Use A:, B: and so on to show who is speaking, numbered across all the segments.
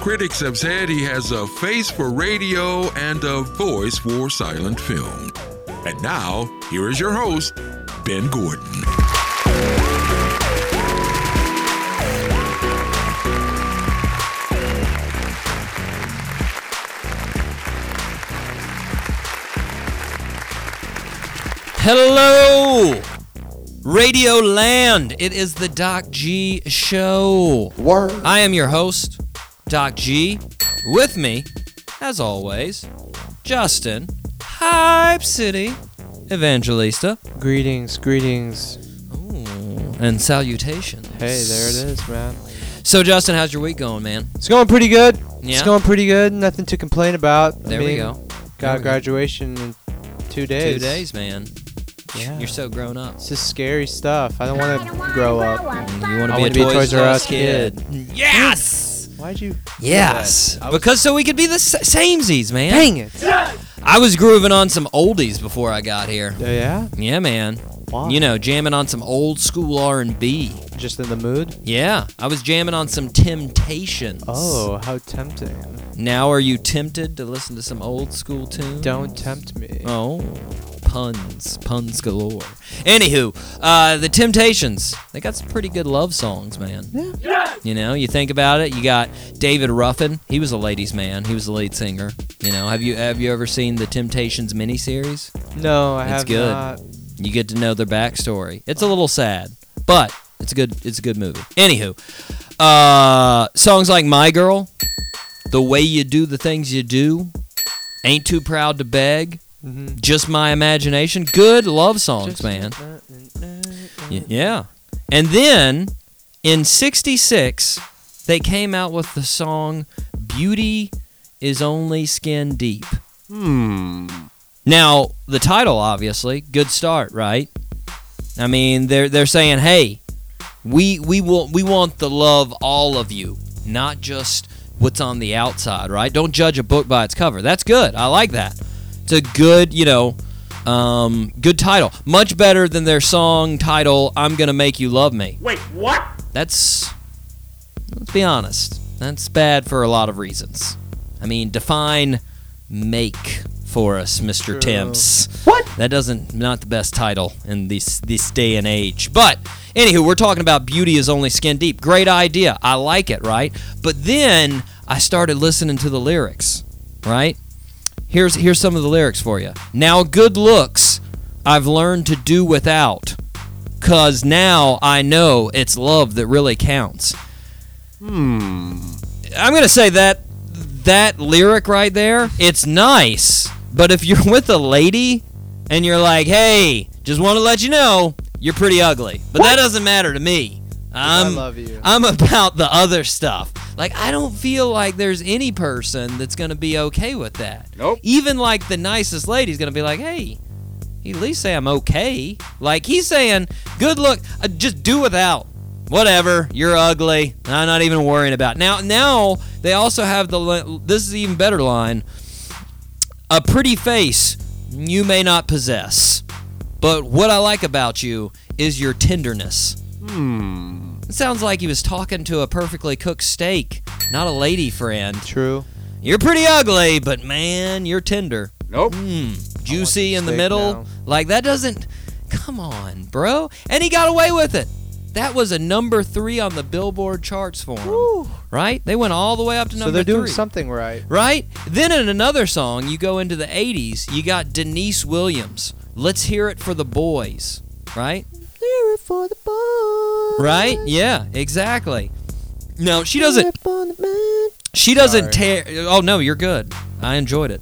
A: Critics have said he has a face for radio and a voice for silent film. And now, here is your host, Ben Gordon.
B: Hello, Radio Land. It is the Doc G Show.
C: Word.
B: I am your host, Doc G. With me, as always, Justin, Hype City, Evangelista,
C: Greetings, greetings.
B: and salutations.
C: Hey, there it is, man.
B: So, Justin, how's your week going, man?
C: It's going pretty good.
B: Yeah.
C: It's going pretty good. Nothing to complain about.
B: There
C: I
B: we
C: mean,
B: go. There
C: Got
B: we go.
C: graduation in two days.
B: Two days, man.
C: Yeah.
B: You're so grown up.
C: It's just scary stuff. I don't want to grow up.
B: You want
C: I
B: to be a
C: wanna be a
B: Toys
C: Toys R
B: R
C: Us
B: Us kid. Yes.
C: Why'd you?
B: Yes,
C: I was-
B: because so we could be the sa- samesies, man.
C: Dang it. Oh,
B: I was grooving on some oldies before I got here.
C: yeah.
B: Yeah, man.
C: Why?
B: You know, jamming on some old school R and B.
C: Just in the mood.
B: Yeah, I was jamming on some Temptations.
C: Oh, how tempting.
B: Now are you tempted to listen to some old school tunes?
C: Don't tempt me.
B: Oh, puns, puns galore. Anywho, uh, the Temptations. They got some pretty good love songs, man.
C: Yeah.
B: You know, you think about it. You got David Ruffin. He was a ladies' man. He was the lead singer. You know, have you have you ever seen the Temptations miniseries?
C: No, I
B: It's
C: have
B: good.
C: not.
B: You get to know their backstory. It's a little sad, but it's a good it's a good movie. Anywho, uh, songs like "My Girl," "The Way You Do the Things You Do," "Ain't Too Proud to Beg,"
C: Mhm.
B: "Just My Imagination." Good love songs, man. Y- Yeah. And then in 66, they came out with the song Beauty is Only Skin Deep. Hmm. Now, the title, obviously, good start, right? I mean, they're, they're saying, hey, we, we, will, we want the love all of you, not just what's on the outside, right? Don't judge a book by its cover. That's good. I like that. It's a good, you know, um, good title. Much better than their song title, I'm Gonna Make You Love Me.
D: Wait, what?
B: That's, let's be honest, that's bad for a lot of reasons. I mean, define make for us, Mr.
C: True.
B: Temps. What? That doesn't, not the best title in this, this day and age. But, anywho, we're talking about beauty is only skin deep. Great idea. I like it, right? But then I started listening to the lyrics, right? Here's here's some of the lyrics for you. Now good looks I've learned to do without cuz now I know it's love that really counts. Hmm. I'm going to say that that lyric right there, it's nice, but if you're with a lady and you're like, "Hey, just want to let you know, you're pretty ugly." But that doesn't matter to me. I'm,
C: love you.
B: I'm about the other stuff. Like I don't feel like there's any person that's gonna be okay with that.
D: Nope.
B: Even like the nicest lady's gonna be like, hey, you at least say I'm okay. Like he's saying, good look, uh, just do without. Whatever, you're ugly. I'm not even worrying about. it." Now, now they also have the. li- This is even better line. A pretty face you may not possess, but what I like about you is your tenderness. It sounds like he was talking to a perfectly cooked steak, not a lady friend.
C: True.
B: You're pretty ugly, but man, you're tender.
D: Nope.
B: Mm, juicy
C: the
B: in the
C: steak
B: middle.
C: now.
B: Like that doesn't Come on, bro. And he got away with it. That was a number 3 on the Billboard charts for him. Right? They went all the way up to number
C: So they're doing
B: 3
C: something right.
B: right? Then in another song, you go into the 80s, you got Denise Williams. Let's hear it for the boys, right?
C: Hear it for the boys.
B: Right? Yeah, exactly. No, she doesn't
C: Up on the moon.
B: she doesn't tear Oh no, you're good. I enjoyed it.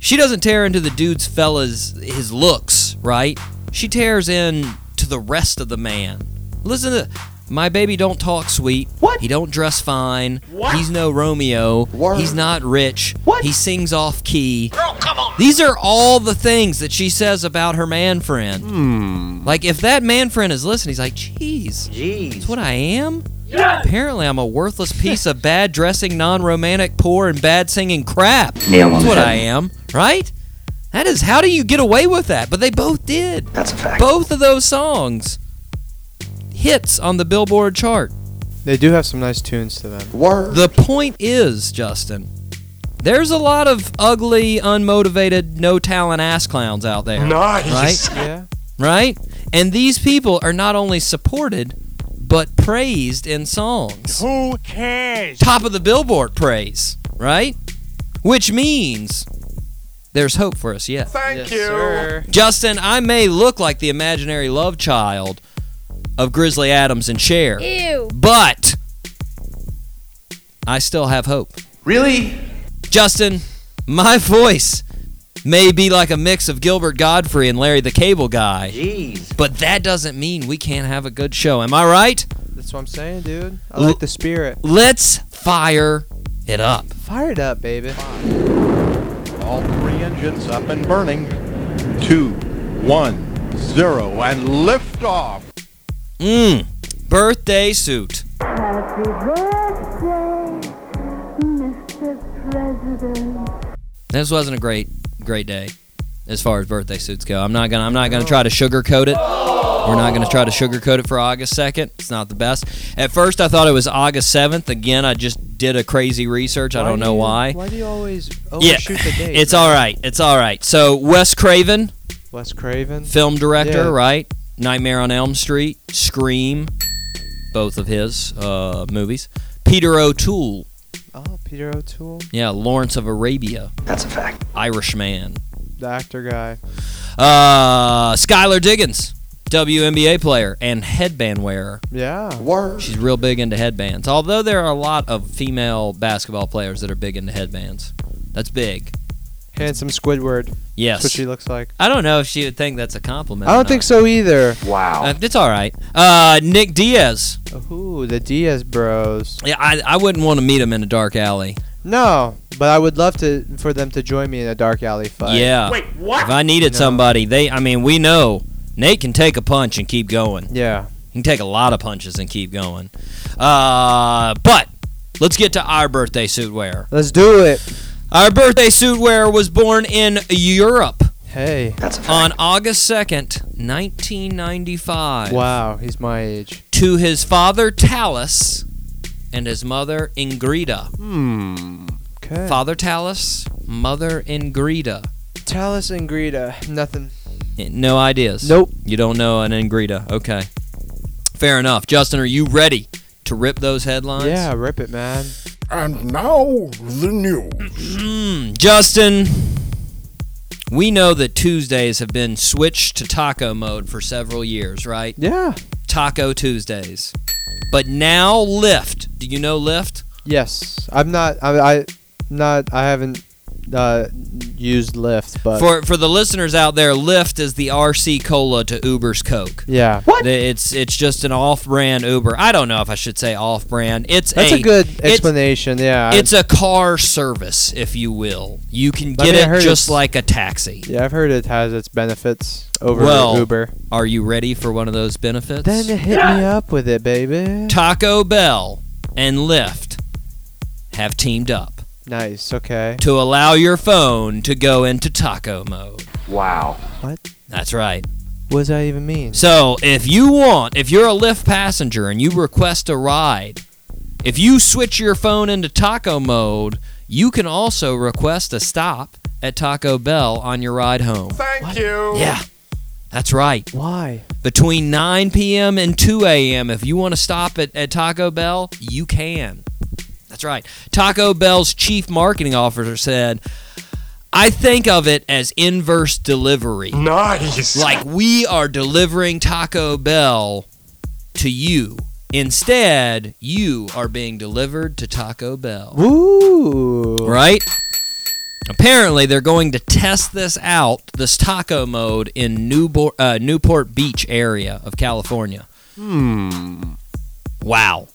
B: She doesn't tear into the dude's fellas his looks, right? She tears in to the rest of the man. Listen to my baby don't talk sweet.
C: What?
B: He don't dress fine.
D: What?
B: He's no Romeo.
C: Word.
B: He's not rich.
C: What?
B: He sings off key.
D: Girl, come on.
B: These are all the things that she says about her man friend. Like, if that man friend is listening, he's like, geez, that's
D: Jeez.
B: what I am? Apparently, I'm a worthless piece of bad dressing, non romantic, poor, and bad singing crap.
E: Nail on
B: That's
E: the
B: what
E: head.
B: I am, right? That is, how do you get away with that? But they both did.
E: That's a fact.
B: Both of those songs hits on the Billboard chart.
C: They do have some nice tunes to them.
D: Word.
B: The point is, Justin, there's a lot of ugly, unmotivated, no talent ass clowns out there.
D: nice.
C: Yeah.
B: Right? And these people are not only supported, but praised in songs.
E: Who cares?
B: Top of the billboard praise, right? Which means there's hope for us yet.
D: Thank
C: yes,
D: you.
C: Sir.
B: Justin, I may look like the imaginary love child of Grizzly Adams and Cher,
C: Eh.
F: Ew.
B: but I still have hope.
D: Really?
B: Justin, my voice may be like a mix of Gilbert Godfrey and Larry the Cable Guy. Jeez. But that doesn't mean we can't have a good show. Am I right?
C: That's what I'm saying, dude. I
B: L-
C: like the spirit.
B: Let's fire it up.
C: Fire it up, baby.
G: All three engines up and burning. Two, one, zero, and liftoff.
B: Mmm. Birthday suit.
H: Happy birthday, Mr. President.
B: This wasn't a great, great day as far as birthday suits go. I'm not gonna, I'm not gonna try to sugarcoat it. We're not gonna try to sugarcoat it for August 2nd. It's not the best. At first, I thought it was August 7th. Again, I just did a crazy research. I
C: Why
B: don't
C: do
B: know
C: you-
B: why.
C: Why do you always
B: Yeah,
C: overshoot Oh, the date?
B: it's all right. It's all right. So Wes Craven,
C: Wes Craven.
B: film director,
C: Yeah.
B: right? Nightmare on Elm Street, Scream, both of his uh, movies. Peter O'Toole,
C: Oh, Peter O'Toole,
B: yeah, Lawrence of Arabia,
D: That's a fact.
B: Irishman.
C: the actor guy.
B: Uh, Skylar Diggins, WNBA player and headband wearer.
C: Yeah.
D: Word.
B: She's real big into headbands. Although there are a lot of female basketball players that are big into headbands. That's big.
C: Handsome Squidward.
B: Yes.
C: That's what she looks like.
B: I don't know if she would think that's a compliment.
C: I
B: or
C: don't
B: not.
C: think so either.
D: Wow.
B: Uh, it's all right. Uh, Nick Diaz.
C: Ooh, the Diaz Bros.
B: Yeah, I, I wouldn't want to meet him in a dark alley.
C: No, but I would love to for them to join me in a dark alley fight.
B: yeah.
E: Wait, what?
B: If I needed
C: No.
B: somebody, they. I mean, we know Nate can take a punch and keep going.
C: Yeah.
B: He can take a lot of punches and keep going. Uh, but let's get to our birthday suit wearer.
C: Let's do it.
B: Our birthday suit wearer was born in Europe
C: Hey.
D: That's a fact.
B: on August second, nineteen ninety-five.
C: Wow, he's my age.
B: To his father Talus and his mother Ingrida.
C: Okay.
B: Father Talus, mother Ingrida.
C: Talus and Greta. Nothing.
B: No ideas.
C: Nope.
B: You don't know an Ingrida. Okay. Fair enough. Justin, are you ready to rip those headlines?
C: Yeah, rip it, man.
G: And now the news.
B: Mm, Justin, we know that Tuesdays have been switched to taco mode for several years, right?
C: Yeah.
B: Taco Tuesdays. But now Lyft. Do you know Lyft?
C: Yes. I'm not. I. I not. I haven't uh, used Lyft, but.
B: For for the listeners out there, Lyft is the RC Cola to Uber's Coke.
C: yeah.
B: The- It's it's just an off-brand Uber. I don't know if I should say off-brand. It's
C: That's a good
B: it's-
C: explanation. yeah. I-
B: It's a car service, if you will. You can
C: I
B: get
C: mean, I
B: it
C: heard
B: just
C: it's-
B: like a taxi.
C: yeah, I've heard it has its benefits over
B: Well,
C: Uber.
B: Are you ready for one of those benefits?
C: Then hit me up with it, baby.
B: Taco Bell and Lyft have teamed up
C: Nice. Okay.
B: to allow your phone to go into taco mode.
D: Wow.
B: That's right.
C: What does that even mean?
B: So, if you want, if you're a Lyft passenger and you request a ride, if you switch your phone into taco mode, you can also request a stop at Taco Bell on your ride home.
D: Thank you.
B: Yeah. That's right.
C: Why?
B: Between 9 p.m. and 2 a.m., if you want to stop at, at Taco Bell, you can. That's right. Taco Bell's chief marketing officer said, I think of it as inverse delivery.
D: Nice.
B: Like we are delivering Taco Bell to you. Instead, you are being delivered to Taco Bell.
C: Ooh.
B: Right? Apparently, they're going to test this out, this taco mode, in Newport, uh, Newport Beach area of California. Hmm. Wow.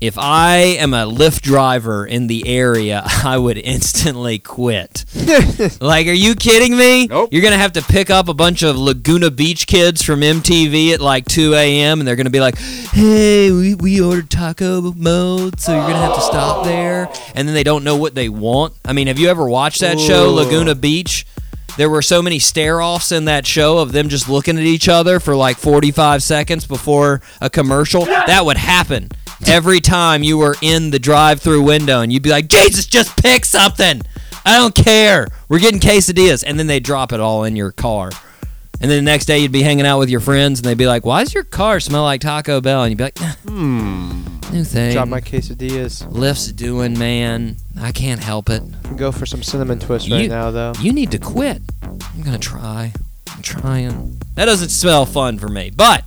B: If I am a Lyft driver in the area, I would instantly quit. like, are you kidding me?
G: Nope.
B: You're going to have to pick up a bunch of Laguna Beach kids from MTV at like 2 a.m., and they're going to be like, hey, we, we ordered taco mode, so you're going to have to stop there. And then they don't know what they want. I mean, have you ever watched that show,
C: Ooh.
B: Laguna Beach? There were so many stare offs in that show of them just looking at each other for like 45 seconds before a commercial. That would happen every time you were in the drive-through window and you'd be like, Jesus, just pick something. I don't care. We're getting quesadillas, and then they drop it all in your car. And then the next day you'd be hanging out with your friends, and they'd be like, "Why does your car smell like Taco Bell?" And you'd be like, "Hmm, new thing.
C: Drop my quesadillas.
B: Lyft's doing, man. I can't help it.
C: Go for some cinnamon twist right
B: You-
C: now, though.
B: You need to quit. I'm gonna try. I'm trying. That doesn't smell fun for me. But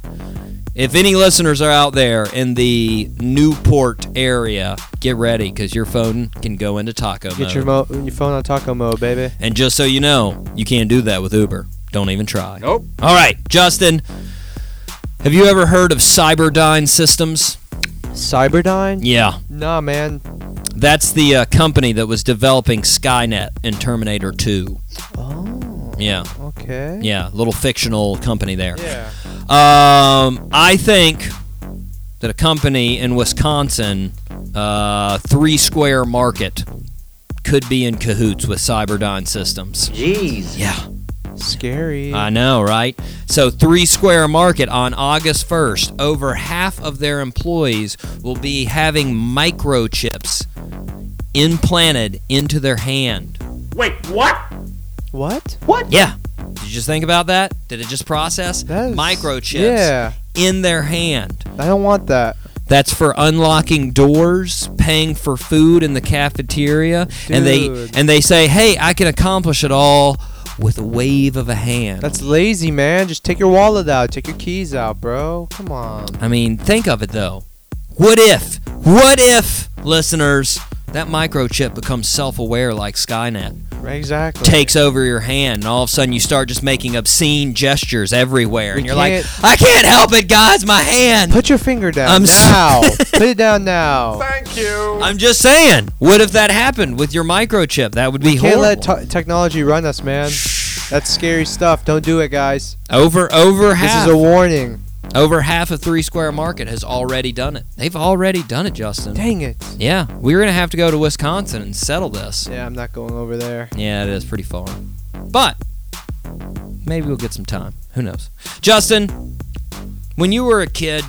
B: if any listeners are out there in the Newport area, get ready because your phone can go into taco mode.
C: Get your mo- your phone on taco mode, baby.
B: and just so you know, you can't do that with Uber. Don't even try.
G: Nope.
B: All right, Justin. Have you ever heard of Cyberdyne Systems?
C: Cyberdyne?
B: Yeah,
C: Nah, man.
B: that's the uh, company that was developing Skynet and Terminator 2.
C: Oh,
B: Yeah,
C: okay.
B: yeah, little fictional company there.
C: Yeah.
B: Um, I think that a company in Wisconsin, uh, Three Square Market, could be in cahoots with Cyberdyne Systems.
D: Jeez.
B: Yeah,
C: Scary.
B: I know, right? So, Three Square Market on August 1st, over half of their employees will be having microchips implanted into their hand.
D: Wait, what?
C: what?
B: Yeah. Did you just think about that? Did it just process?
C: That is-
B: Microchips
C: Yeah.
B: in their hand.
C: I don't want that.
B: That's for unlocking doors, paying for food in the cafeteria, and they
C: Dude.
B: and they say, "Hey, I can accomplish it all with a wave of a hand."
C: That's lazy, man. Just take your wallet out. Take your keys out, bro. Come on.
B: I mean, think of it though. What if? What if, listeners, that microchip becomes self-aware like Skynet,
C: Right, Exactly.
B: takes over your hand, and all of a sudden you start just making obscene gestures everywhere, and
C: We
B: you're
C: can't-
B: like, "I can't help it, guys, my hand."
C: Put your finger down
B: I'm s-
C: now. Put it down now.
G: Thank you.
B: I'm just saying, what if that happened with your microchip? That would be
C: Can't
B: horrible.
C: let t- technology run us, man. That's scary stuff. Don't do it, guys.
B: Over over
C: This
B: half
C: is a warning.
B: over half of Three Square Market has already done it. They've already done it, Justin.
C: Dang it.
B: Yeah, we're gonna have to go to Wisconsin and settle this.
C: Yeah, I'm not going over there.
B: Yeah, it is pretty far, but maybe we'll get some time. Who knows? Justin, when you were a kid,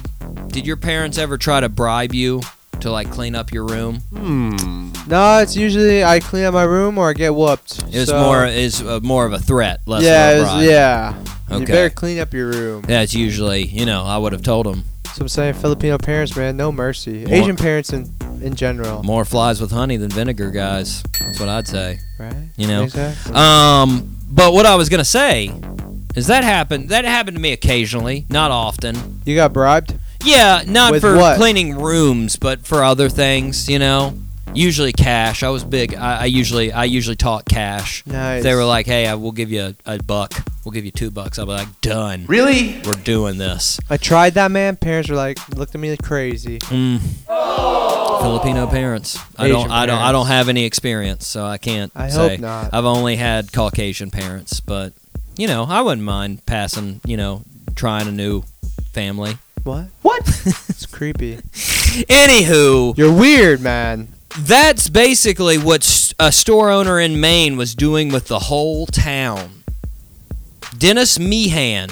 B: did your parents ever try to bribe you to like clean up your room?
C: No, it's usually I clean up my room or I get whooped.
B: It was
C: So-
B: more is uh, more of a threat, less
C: yeah,
B: of
C: it
B: a
C: was-
B: bribe.
C: yeah.
B: Okay.
C: You better clean up your room.
B: That's usually, you know, I would have told them
C: So I'm saying Filipino parents, man, no mercy.
B: More-
C: Asian parents in in general,
B: more flies with honey than vinegar, guys. That's what I'd say.
C: right?
B: You know.
C: Exactly.
B: Um, but what I was gonna say is that happened. That happened to me occasionally, not often.
C: You got bribed?
B: Yeah, not
C: With
B: for
C: what?
B: cleaning rooms, but for other things. You know, usually cash. I was big. I, I usually I usually taught cash.
C: Nice.
B: If They were like, "Hey, I, we'll give you a, a buck. We'll give you two bucks." I'll be like, "Done.
D: Really?
B: We're doing this."
C: I tried that, man. Parents were like, looked at me like crazy.
B: Mm. Filipino parents. I don't.
C: Asian
B: I don't. I
C: parents.
B: don't have any experience, so I can't.
C: I
B: say.
C: hope not.
B: I've only had Caucasian parents, but you know, I wouldn't mind passing. You know, trying a new family.
C: What?
D: What?
C: It's creepy.
B: Anywho,
C: You're weird, man.
B: that's basically what s- a store owner in Maine was doing with the whole town. Dennis Meehan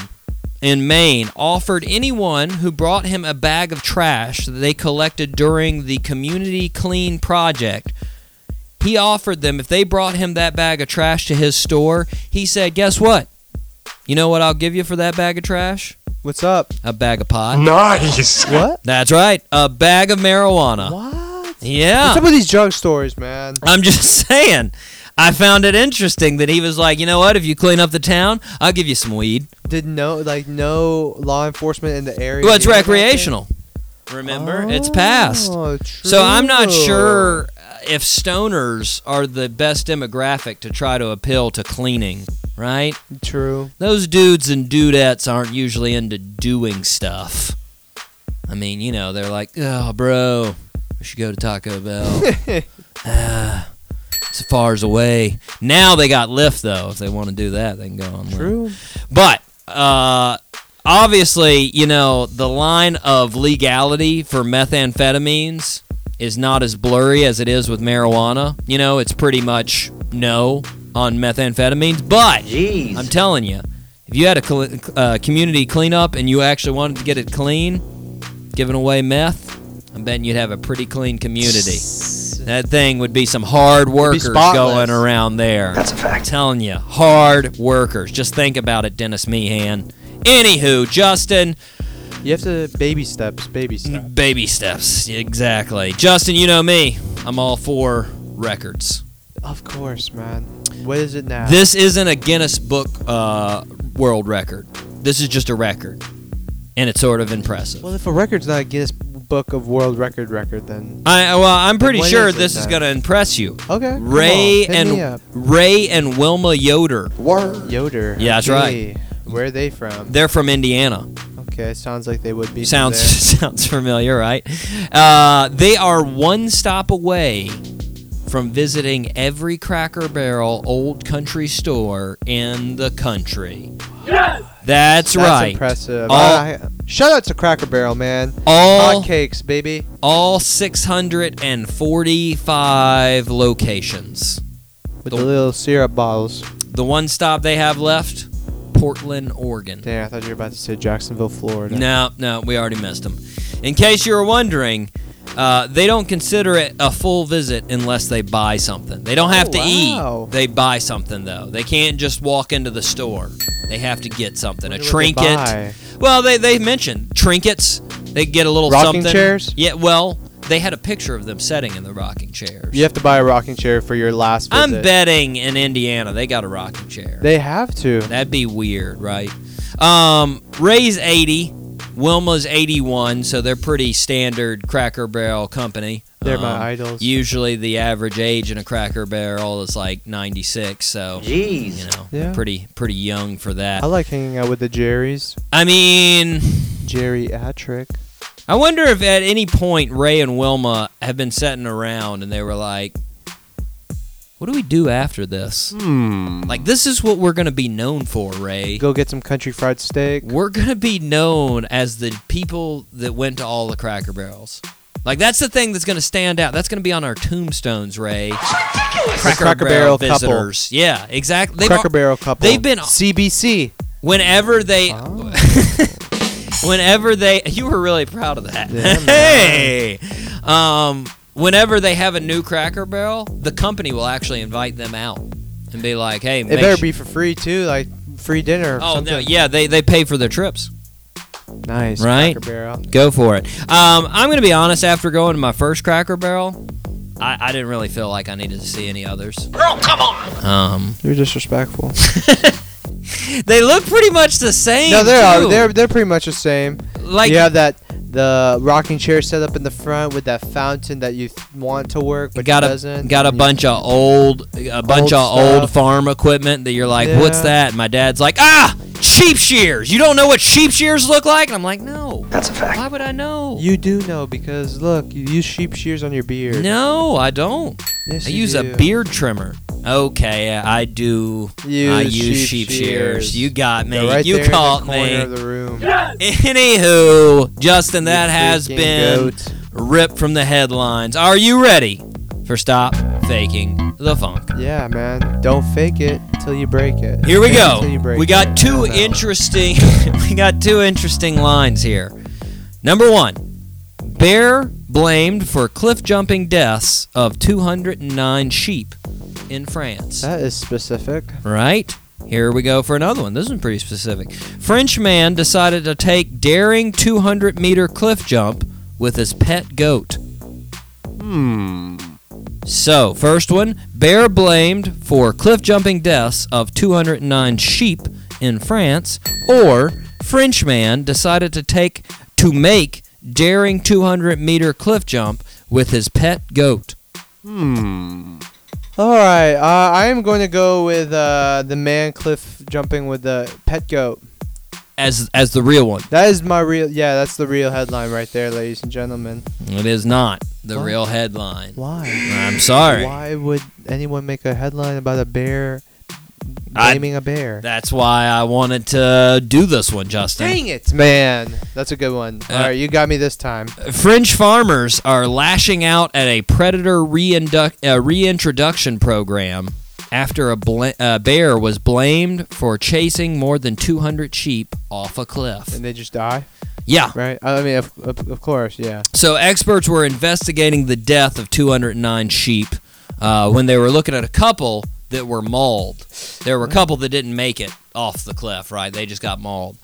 B: in Maine offered anyone who brought him a bag of trash that they collected during the Community Clean Project. He offered them, if they brought him that bag of trash to his store, he said, Guess what? You know what I'll give you for that bag of trash?
C: What's up?
B: A bag of pot.
G: nice.
C: What?
B: That's right, a bag of marijuana.
C: What?
B: Yeah.
C: What's up with these drug stories, man?
B: I'm just saying. I found it interesting that he was like, you know what? If you clean up the town, I'll give you some weed.
C: Did no like no law enforcement in the area?
B: Well, it's
C: knew about this?
B: recreational. Remember, it's passed.
C: Oh,
B: So I'm not
C: true.
B: sure uh, if stoners are the best demographic to try to appeal to cleaning, right?
C: True.
B: Those dudes and dudettes aren't usually into doing stuff. I mean, you know, they're like, oh, bro, we should go to Taco Bell. Ah, it's far as away. Now they got Lyft, though. If they want to do that, they can go on Lyft.
C: True.
B: But uh, obviously, you know, the line of legality for methamphetamines is not as blurry as it is with marijuana. You know, it's pretty much no on methamphetamines. But
D: Jeez.
B: I'm telling you, if you had a cl- uh, community cleanup and you actually wanted to get it clean, giving away meth, I'm betting you'd have a pretty clean community. That thing would be some hard workers
C: spotless.
B: going around there.
D: That's a fact.
B: telling you, hard workers. Just think about it, Dennis Meehan. Anywho, Justin,
C: You have to baby steps,
B: Mm.
C: baby steps.
B: baby steps. Exactly. Justin, you know me. I'm all for records.
C: Of course, man. What is it now?
B: This isn't a Guinness Book uh, World Record. This is just a record, and it's sort of impressive.
C: well, if a record's not a Guinness Book of World Record record, then
B: I well, I'm pretty
C: What
B: sure
C: is it
B: this is
C: then?
B: gonna impress you.
C: okay. come
B: Ray
C: on, hit me
B: and
C: up.
B: Ray and Wilma Yoder.
C: Yoder.
B: Yeah, that's right.
C: Hey, Where are they from?
B: They're from Indiana.
C: okay, sounds like they would be. from
B: Sounds
C: there.
B: sounds familiar, right? Uh, they are one stop away from visiting every Cracker Barrel old country store in the country. That's,
C: That's
B: right.
C: impressive.
B: All-
C: I- shout out to Cracker Barrel, man.
B: All
C: Hot cakes, baby.
B: all 645 locations.
C: With
B: The-
C: the, little syrup bottles.
B: The one stop they have left, Portland, Oregon.
C: Damn, I thought you were about to say Jacksonville, Florida.
B: No, no, we already missed them. In case you were wondering, uh, they don't consider it a full visit unless they buy something. They don't have
C: Oh,
B: to
C: wow.
B: eat. They buy something though. They can't just walk into the store. They have to get something,
C: Wonder
B: a
C: what they
B: trinket.
C: buy.
B: Well, they they mentioned trinkets. They get a little
C: Rocking
B: something.
C: chairs?
B: Yeah. Well, they had a picture of them sitting in the rocking chairs.
C: You have to buy a rocking chair for your last
B: I'm
C: visit.
B: betting in Indiana they got a rocking chair.
C: They have to.
B: That'd be weird, right? Um, Ray's 80, Wilma's 81, so they're pretty standard Cracker Barrel company.
C: They're my
B: Um,
C: idols.
B: Usually the average age in a Cracker Barrel is like 96, so
D: Jeez.
B: you know,
C: Yeah.
B: pretty pretty young for that.
C: I like hanging out with the Jerry's.
B: I mean,
C: Jerry Atrick.
B: I wonder if at any point Ray and Wilma have been sitting around and they were like, "What do we do after this?
C: Hmm.
B: Like this is what we're gonna be known for, Ray."
C: Go get some country fried steak.
B: we're gonna be known as the people that went to all the Cracker Barrels. Like that's the thing that's gonna stand out. That's gonna be on our tombstones, Ray. Cracker,
C: Cracker Barrel couple.
B: visitors. Yeah, exactly. They've
C: Cracker
B: al-
C: Barrel couple.
B: they've been-
C: CBC.
B: Whenever they,
C: Oh.
B: whenever they, you were really proud of that.
C: Yeah, man.
B: hey, um, whenever they have a new Cracker Barrel, the company will actually invite them out and be like, "Hey,
C: It
B: make
C: better
B: su-
C: be for free too, like free dinner. Or
B: Oh
C: something.
B: no, yeah, they they pay for their trips.
C: Nice.
B: Right?
C: Cracker Barrel.
B: Go for it. Um, I'm going to be honest. After going to my first Cracker Barrel, I, I didn't really feel like I needed to see any others. Um,
C: You're disrespectful.
B: they look pretty much the same.
C: no, they
B: too.
C: are. They're they're pretty much the same.
B: like
C: you have that the rocking chair set up in the front with that fountain that you th- want to work but
B: got
C: it
B: a
C: doesn't.
B: got a
C: and you-
B: bunch of old a bunch of old
C: stuff.
B: farm equipment that you're like, what's
C: Yeah.
B: that? And my dad's like, ah, sheep shears. You don't know what sheep shears look like? And I'm like, no.
D: That's a fact.
B: Why would I know?
C: You do know because look, you use sheep shears on your beard.
B: no, I don't.
C: Yes,
B: I
C: you
B: use
C: do.
B: a beard trimmer. Okay, I do.
C: Use
B: I use sheep, shears. You got me. you caught me.
C: Of the room.
B: Anywho, Justin, that
C: You
B: has
C: freaking
B: been
C: goat.
B: ripped from the headlines. Are you ready for Stop Faking the Funk?
C: Yeah, man. Don't fake it till you break it.
B: Here we
C: Fake it
B: go.
C: till you break
B: We
C: it.
B: got two
C: I don't know.
B: interesting we got two interesting lines here. Number 1. Bear blamed for cliff jumping deaths of 209 sheep in France.
C: That is specific.
B: Right? Here we go for another one. This one's pretty specific. French man decided to take daring 200 meter cliff jump with his pet goat. Hmm. So, first one bear blamed for cliff jumping deaths of 209 sheep in France, or French man decided to take to make daring 200 meter cliff jump with his pet goat.
C: All right. Uh, I am going to go with uh, the man cliff jumping with the pet goat.
B: As as the real one.
C: That is my real. Yeah, that's the real headline right there, ladies and gentlemen.
B: It is not the
C: What?
B: real headline.
C: Why?
B: I'm sorry.
C: Why would anyone make a headline about a bear
B: I-
C: blaming a bear?
B: That's why I wanted to do this one, Justin.
C: Dang it, man! That's a good one.
B: Uh,
C: All right, you got me this time.
B: French farmers are lashing out at a predator reinduct, uh, reintroduction program after a bl- uh, bear was blamed for chasing more than 200 sheep off a cliff.
C: And they just die.
B: Yeah.
C: right? I mean, of, of, of course, yeah.
B: So experts were investigating the death of 209 sheep uh, when they were looking at a couple that were mauled. There were a couple that didn't make it off the cliff, right? They just got mauled,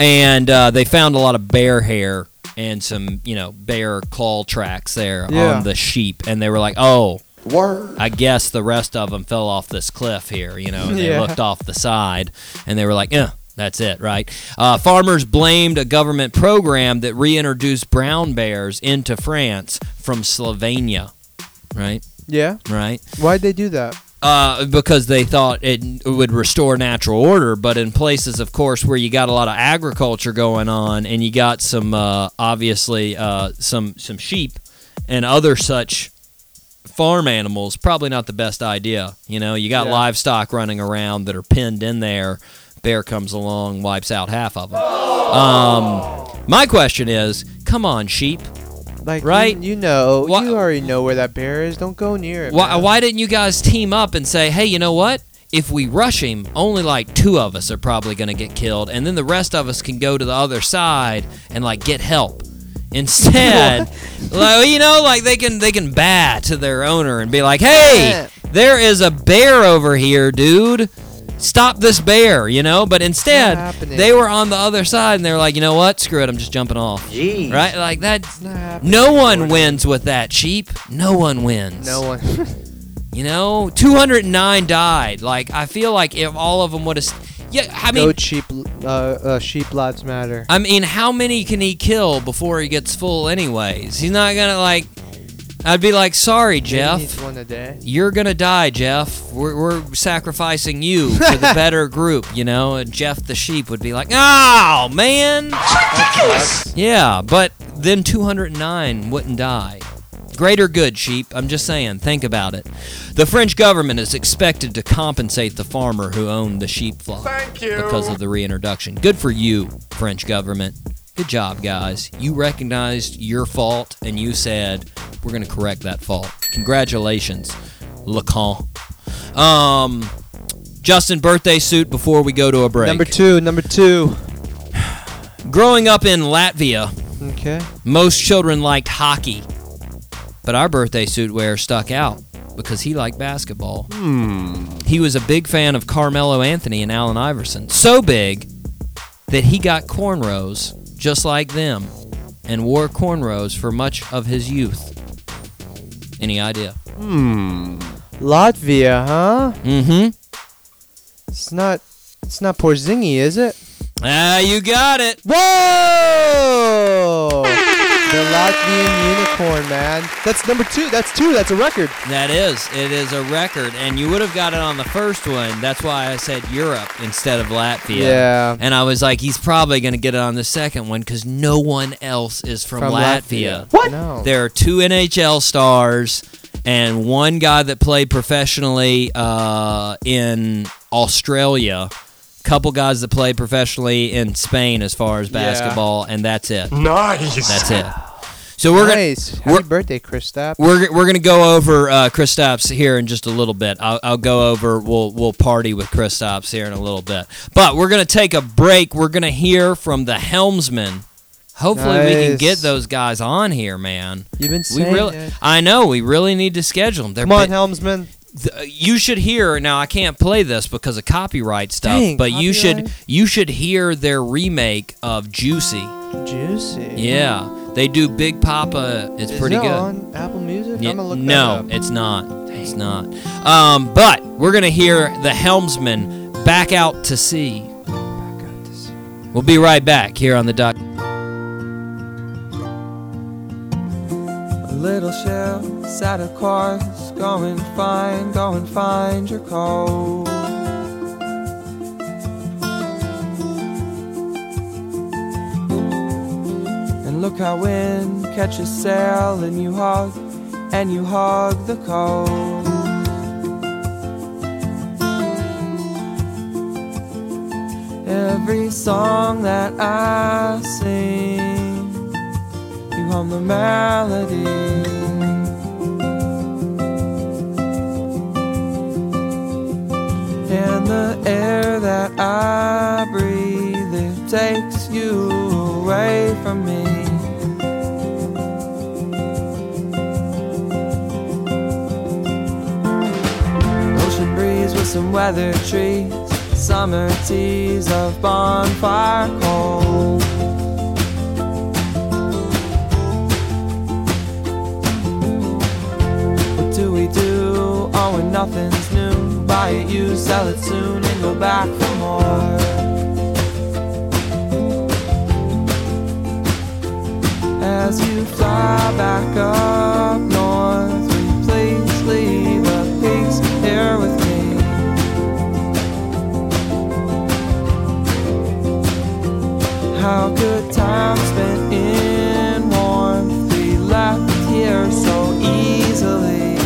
B: and uh, they found a lot of bear hair and some, you know, bear claw tracks there
C: Yeah.
B: on the sheep, and they were like, "Oh,
G: Word.
B: I guess the rest of them fell off this cliff here, you know, and they
C: Yeah.
B: looked off the side and they were like, eh, that's it, right? Uh, farmers blamed a government program that reintroduced brown bears into France from Slovenia, right?
C: Yeah?
B: Right?
C: Why'd they do that?
B: Uh, because they thought it would restore natural order, but in places, of course, where you got a lot of agriculture going on, and you got some uh, obviously uh, some some sheep and other such farm animals, probably not the best idea. You know, you got
C: Yeah.
B: livestock running around that are pinned in there. Bear comes along, wipes out half of them. Um, my question is, come on, sheep,
C: Like, you-
B: Right?
C: You, know,
B: Why-
C: you already know where that bear is. Don't go near it.
B: Why,
C: man.
B: why didn't you guys team up and say, hey, you know what? If we rush him, only like two of us are probably going to get killed, and then the rest of us can go to the other side and like get help. Instead, like, you know, like they can they can bat to their owner and be like, hey, there is a bear over here, dude. Stop this bear, you know. But instead,
C: happening.
B: they were on the other side and they were like, you know what? Screw it, I'm just jumping off.
D: Jeez.
B: Right? Like that.
C: Not happening,
B: No one
C: Jordan.
B: wins with that, sheep. No one wins.
C: No one.
B: You know, 209 died. Like, I feel like if all of them would have. Yeah, I mean,
C: no cheap. Uh, uh, sheep lives matter.
B: I mean, how many can he kill before he gets full, anyways? He's not gonna, like. I'd be like, sorry,
C: Maybe needs
B: Jeff.
C: one a day.
B: You're gonna die, Jeff. We're, we're sacrificing you for the better group, you know? And Jeff the sheep would be like, oh, man! Yeah, but then 209 wouldn't die. Greater good, sheep. I'm just saying, think about it. The French government is expected to compensate the farmer who owned the sheep flock
D: Thank you.
B: because of the reintroduction. Good for you, French government. Good job, guys. You recognized your fault and you said, we're going to correct that fault. Congratulations, Lacan. Um, Justin, birthday suit before we go to a break.
C: Number two. Number two.
B: Growing up in Latvia,
C: Okay.
B: most children liked hockey, but our birthday suit wearer stuck out because he liked basketball. He was a big fan of Carmelo Anthony and Allen Iverson, so big that he got cornrows just like them and wore cornrows for much of his youth. Any idea?
C: Latvia, huh?
B: Mm-hmm.
C: It's not. It's not Porzingi, is it?
B: Ah, you got it.
C: Whoa! the Latvian unicorn, man. That's number two. That's two. That's a record.
B: That is. It is a record, and you would have got it on the first one. That's why I said Europe instead of Latvia.
C: Yeah.
B: And I was like, he's probably going to get it on the second one because no one else is from, Latvia.
C: What? No.
B: There are two NHL stars and one guy that played professionally uh, in Australia. Couple guys that played professionally in Spain as far as
C: Yeah.
B: basketball, and that's it.
D: Nice.
B: That's it. So we're gonna
C: nice. Happy
B: we're-
C: birthday, Chris Stapp.
B: we're, we're gonna go over uh, Kristaps here in just a little bit. I'll, I'll go over. We'll we'll party with Kristaps here in a little bit. But we're gonna take a break. We're gonna hear from the helmsman. Hopefully we can
C: Nice.
B: get those guys on here, man.
C: You've been
B: We
C: saying
B: really,
C: it.
B: I know we really need to schedule them. They're
C: Come on,
B: bu-
C: helmsman.
B: th- you should hear now. I can't play this because of copyright stuff,
C: Dang,
B: but you should
C: copyright.
B: you should hear their remake of Juicy.
C: Juicy.
B: Yeah, they do Big Papa. It's
C: Is
B: pretty
C: it
B: good.
C: on Apple Music?
B: Yeah,
C: I'm gonna look
B: no,
C: that up.
B: it's not. It's not. Um, but we're gonna hear the helmsman back out to sea. We'll be right back here on the dock.
E: A little shell sat across, go and find, go and find your coat. And look how wind catches sail, and you hug, and you hug the coat. Every song that I sing you hum the melody. And the air that I breathe, it takes you
C: away from me. Ocean breeze with some weather trees, summer teas of bonfire coal. What do we do? Oh, when nothing's new. Buy it, you sell it soon, and go back for more. As you fly back up north, will you please leave the pigs here with me? How could time spent in warmth be left here so easily?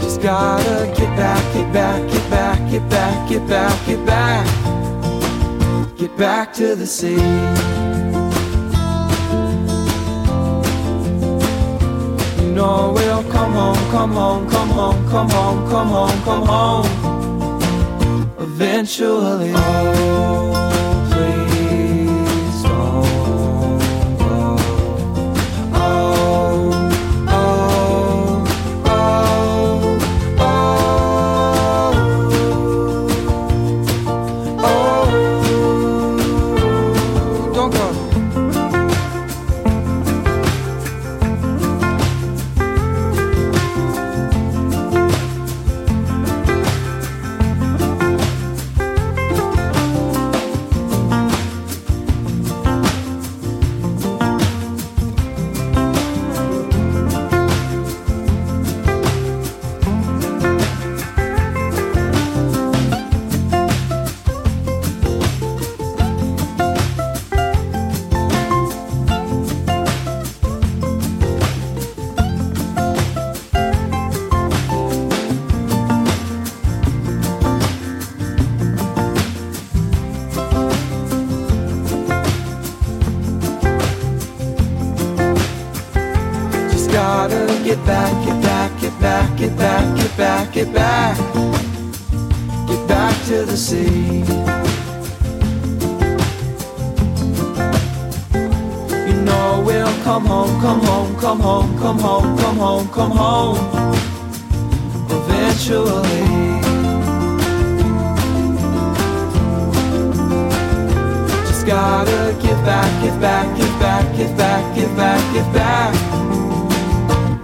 C: Just gotta get back, get back, get back, get back, get back, get back, get back to the sea. You know we'll come home, come home, come home, come home, come home, come home eventually. Oh, please don't go. Oh, oh, oh, oh, oh. Don't go. Just gotta get back, get back, get back, get back, get back, get back. Get back to the sea. You know we'll come home, come home, come home, come home, come home, come home. Eventually. Just gotta get back, get back, get back, get back, get back, get back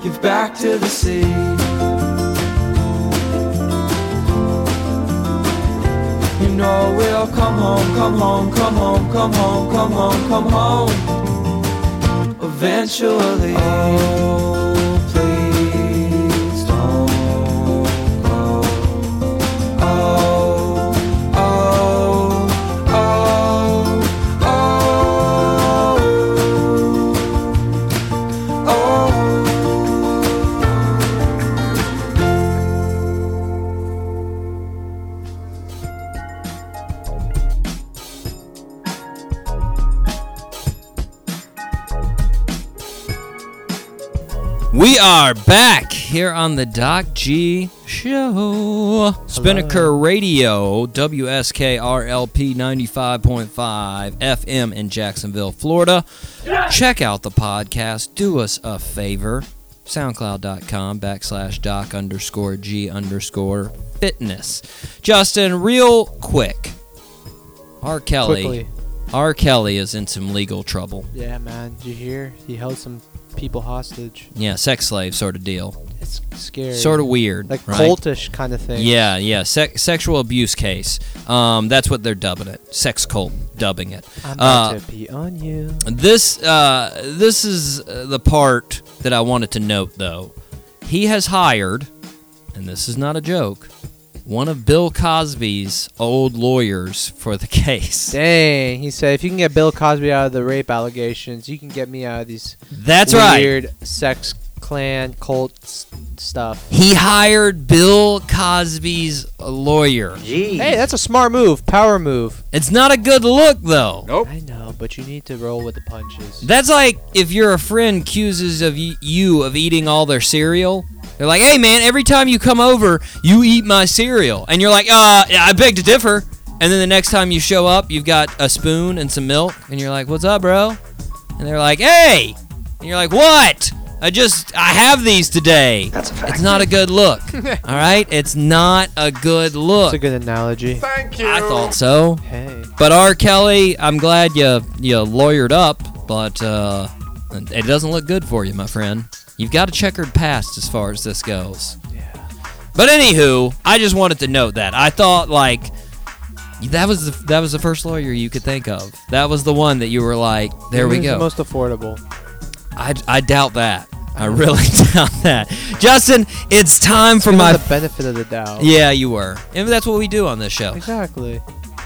C: give back to the sea. You know we'll come home, come home, come home, come home, come home, come home. Eventually. Oh, please don't go. Oh, oh, oh, oh, oh.
B: We are back here on the Doc G Show. Spinnaker Radio, WSKRLP 95.5 FM in Jacksonville, Florida. Check out the podcast. Do us a favor. SoundCloud.com backslash doc underscore G underscore fitness. Justin, real quick. R. Kelly.
I: Quickly.
B: R. Kelly is in some legal trouble.
I: Yeah, man. Did you hear? He held some people hostage.
B: Yeah, sex slave sort of deal.
I: It's scary.
B: Sort of weird.
I: like
B: right?
I: cultish kind of thing.
B: Yeah, yeah, Sec sexual abuse case. Um, that's what they're dubbing it. Sex cult dubbing it.
I: I'm
B: Uh,
I: about to be on you.
B: This uh, this is uh, the part that I wanted to note, though. He has hired, and this is not a joke, one of Bill Cosby's old lawyers for the case.
I: Dang, he said, if you can get Bill Cosby out of the rape allegations, you can get me out of these
B: That's right.
I: weird sex clan cult s- stuff.
B: He hired Bill Cosby's lawyer.
I: Hey, that's a smart move, power move.
B: It's not a good look, though.
I: I know, but you need to roll with the punches.
B: That's like if your friend accuses of y- you of eating all their cereal. They're like, hey man, every time you come over, you eat my cereal, and you're like, uh, I beg to differ. And then the next time you show up, you've got a spoon and some milk, and you're like, what's up, bro? And they're like, hey. And you're like, what? I just I have these today. That's a fact. It's not a good look. All right, it's not a good look.
C: That's a good analogy.
D: Thank you.
B: I thought so.
C: Hey.
B: But R. Kelly, I'm glad you you lawyered up, but uh, it doesn't look good for you, my friend. You've got a checkered past as far as this goes. Yeah. But anywho, I just wanted to note that I thought like that was the, that was the first lawyer you could think of. That was the one that you were like, there we
C: Who's
B: go.
C: The most affordable.
B: I, I doubt that. I really doubt that. Justin, it's time for
C: Give
B: my.
C: them the benefit of the doubt.
B: yeah, you were. And that's what we do on this show.
C: Exactly.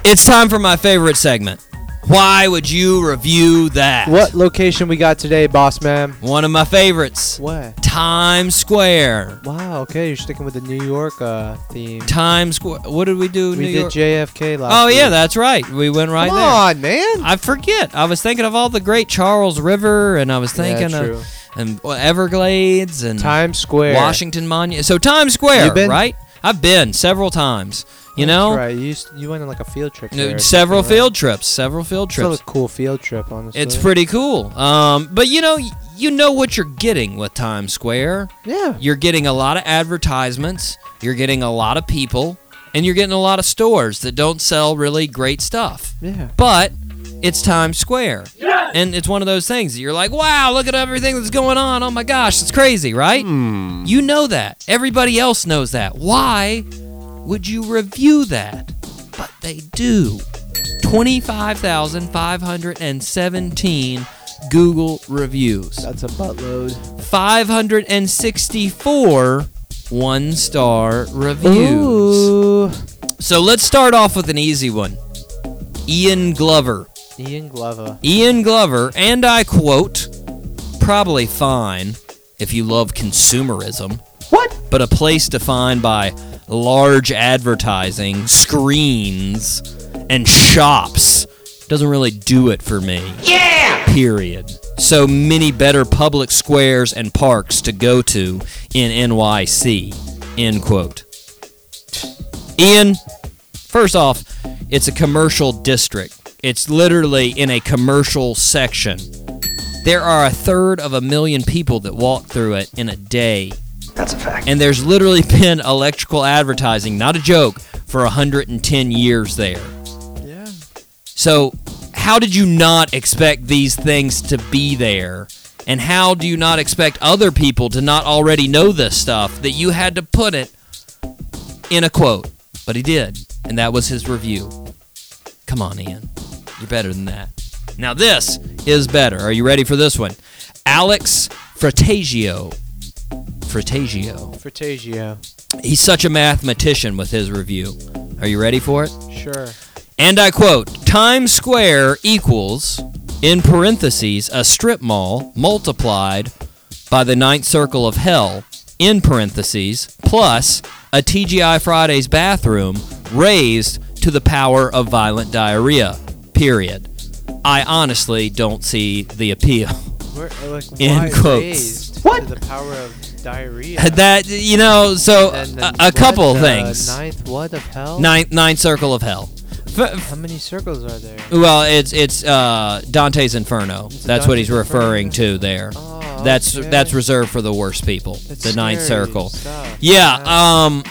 B: It's time for my favorite segment. Why would you review that?
C: What location we got today, boss man?
B: One of my favorites.
C: What?
B: Times Square.
C: Wow. Okay, you're sticking with the New York uh, theme.
B: Times Square. What did we do?
C: We
B: New
C: did
B: York?
C: JFK last.
B: oh yeah,
C: week.
B: that's right. We went right
C: Come
B: there.
C: on, man.
B: I forget. I was thinking of all the great Charles River, and I was thinking
C: yeah, true.
B: of and well, Everglades and
C: Times Square.
B: Washington Monument. So Times Square,
C: You been?
B: right? I've been several times. You
C: That's
B: know,
C: right? You used, you went on like a field trip.
B: Uh,
C: there or
B: several
C: something, right?
B: field trips. Several field
C: It's still
B: trips.
C: a cool field trip, honestly.
B: It's pretty cool. Um, but you know, you know what you're getting with Times Square.
C: Yeah.
B: You're getting a lot of advertisements. You're getting a lot of people, and you're getting a lot of stores that don't sell really great stuff.
C: Yeah.
B: But it's Times Square, and it's one of those things that you're like, "Wow, look at everything that's going on! Oh my gosh, it's crazy, right?"
C: Hmm.
B: You know that. Everybody else knows that. Why would you review that? But they do. 25,517 Google reviews.
C: That's a buttload.
B: 564 one star reviews.
C: Ooh.
B: So let's start off with an easy one. Ian Glover.
C: Ian Glover.
B: Ian Glover, and I quote, probably fine if you love consumerism. What? But a place defined by large advertising, screens, and shops doesn't really do it for me. Yeah! Period. So many better public squares and parks to go to in NYC. End quote. Ian, First off, it's a commercial district. It's literally in a commercial section. There are a third of a million people that walk through it in a day.
D: That's a fact.
B: And there's literally been electrical advertising, not a joke, for 110 years there.
C: Yeah.
B: So, how did you not expect these things to be there? And how do you not expect other people to not already know this stuff that you had to put it in a quote? But he did, and that was his review. Come on, Ian. You're better than that. Now, this is better. Are you ready for this one? Alex Fratagio. Fratagio.
C: Fratagio.
B: He's such a mathematician with his review. Are you ready for it?
C: Sure.
B: And I quote Times Square equals, in parentheses, a strip mall multiplied by the ninth circle of hell, in parentheses, plus a TGI Friday's bathroom raised to the power of violent diarrhea, period. I honestly don't see the appeal.
C: We're, uh, like,
B: In
C: why
B: quotes.
C: raised What? To the power of diarrhea.
B: That, you know, so
C: And then uh,
B: a,
C: the-
B: a couple
C: the
B: things.
C: Ninth what of hell?
B: Ninth, ninth circle of hell. F-
C: How many circles are there?
B: Well, it's it's uh, Dante's Inferno.
C: It's
B: that's what he's
C: Dante's
B: referring
C: Inferno?
B: to there.
C: Oh,
B: that's
C: okay.
B: that's reserved for the worst people,
C: That's
B: the ninth
C: scary
B: circle.
C: stuff.
B: Yeah. Um,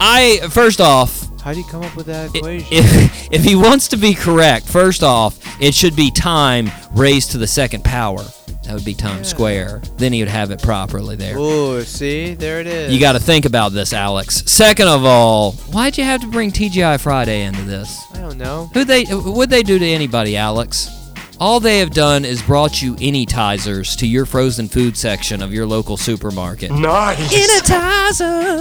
B: I first off,
C: How do you come up with that
B: i-
C: equation?
B: if if he wants to be correct, first off, it should be time raised to the second power. That would be Times Square. Then he would have it properly there.
C: Ooh, see, there it is.
B: You got to think about this, Alex. Second of all, why'd you have to bring TGI Friday into this?
C: I don't know.
B: Who they would they do to anybody, Alex? All they have done is brought you anytizers to your frozen food section of your local supermarket.
D: Nice.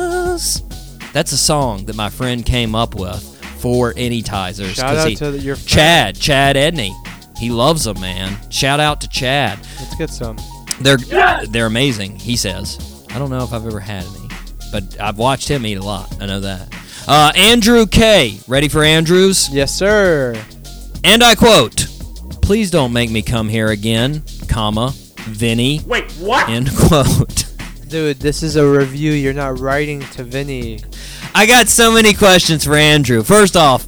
B: Anytizers. That's a song that my friend came up with for anytizers.
C: Shout
B: 'cause
C: out
B: he-
C: to your friend.
B: Chad, Chad Edney. He loves them, man. Shout out to Chad.
C: Let's get some.
B: They're they're amazing, he says. I don't know if I've ever had any, but I've watched him eat a lot. I know that. Uh, Andrew K. Ready for Andrews?
C: Yes, sir.
B: And I quote, "Please don't make me come here again, comma, Vinny." Wait, what? End quote.
C: Dude, this is a review. You're not writing to Vinny.
B: I got so many questions for Andrew. First off,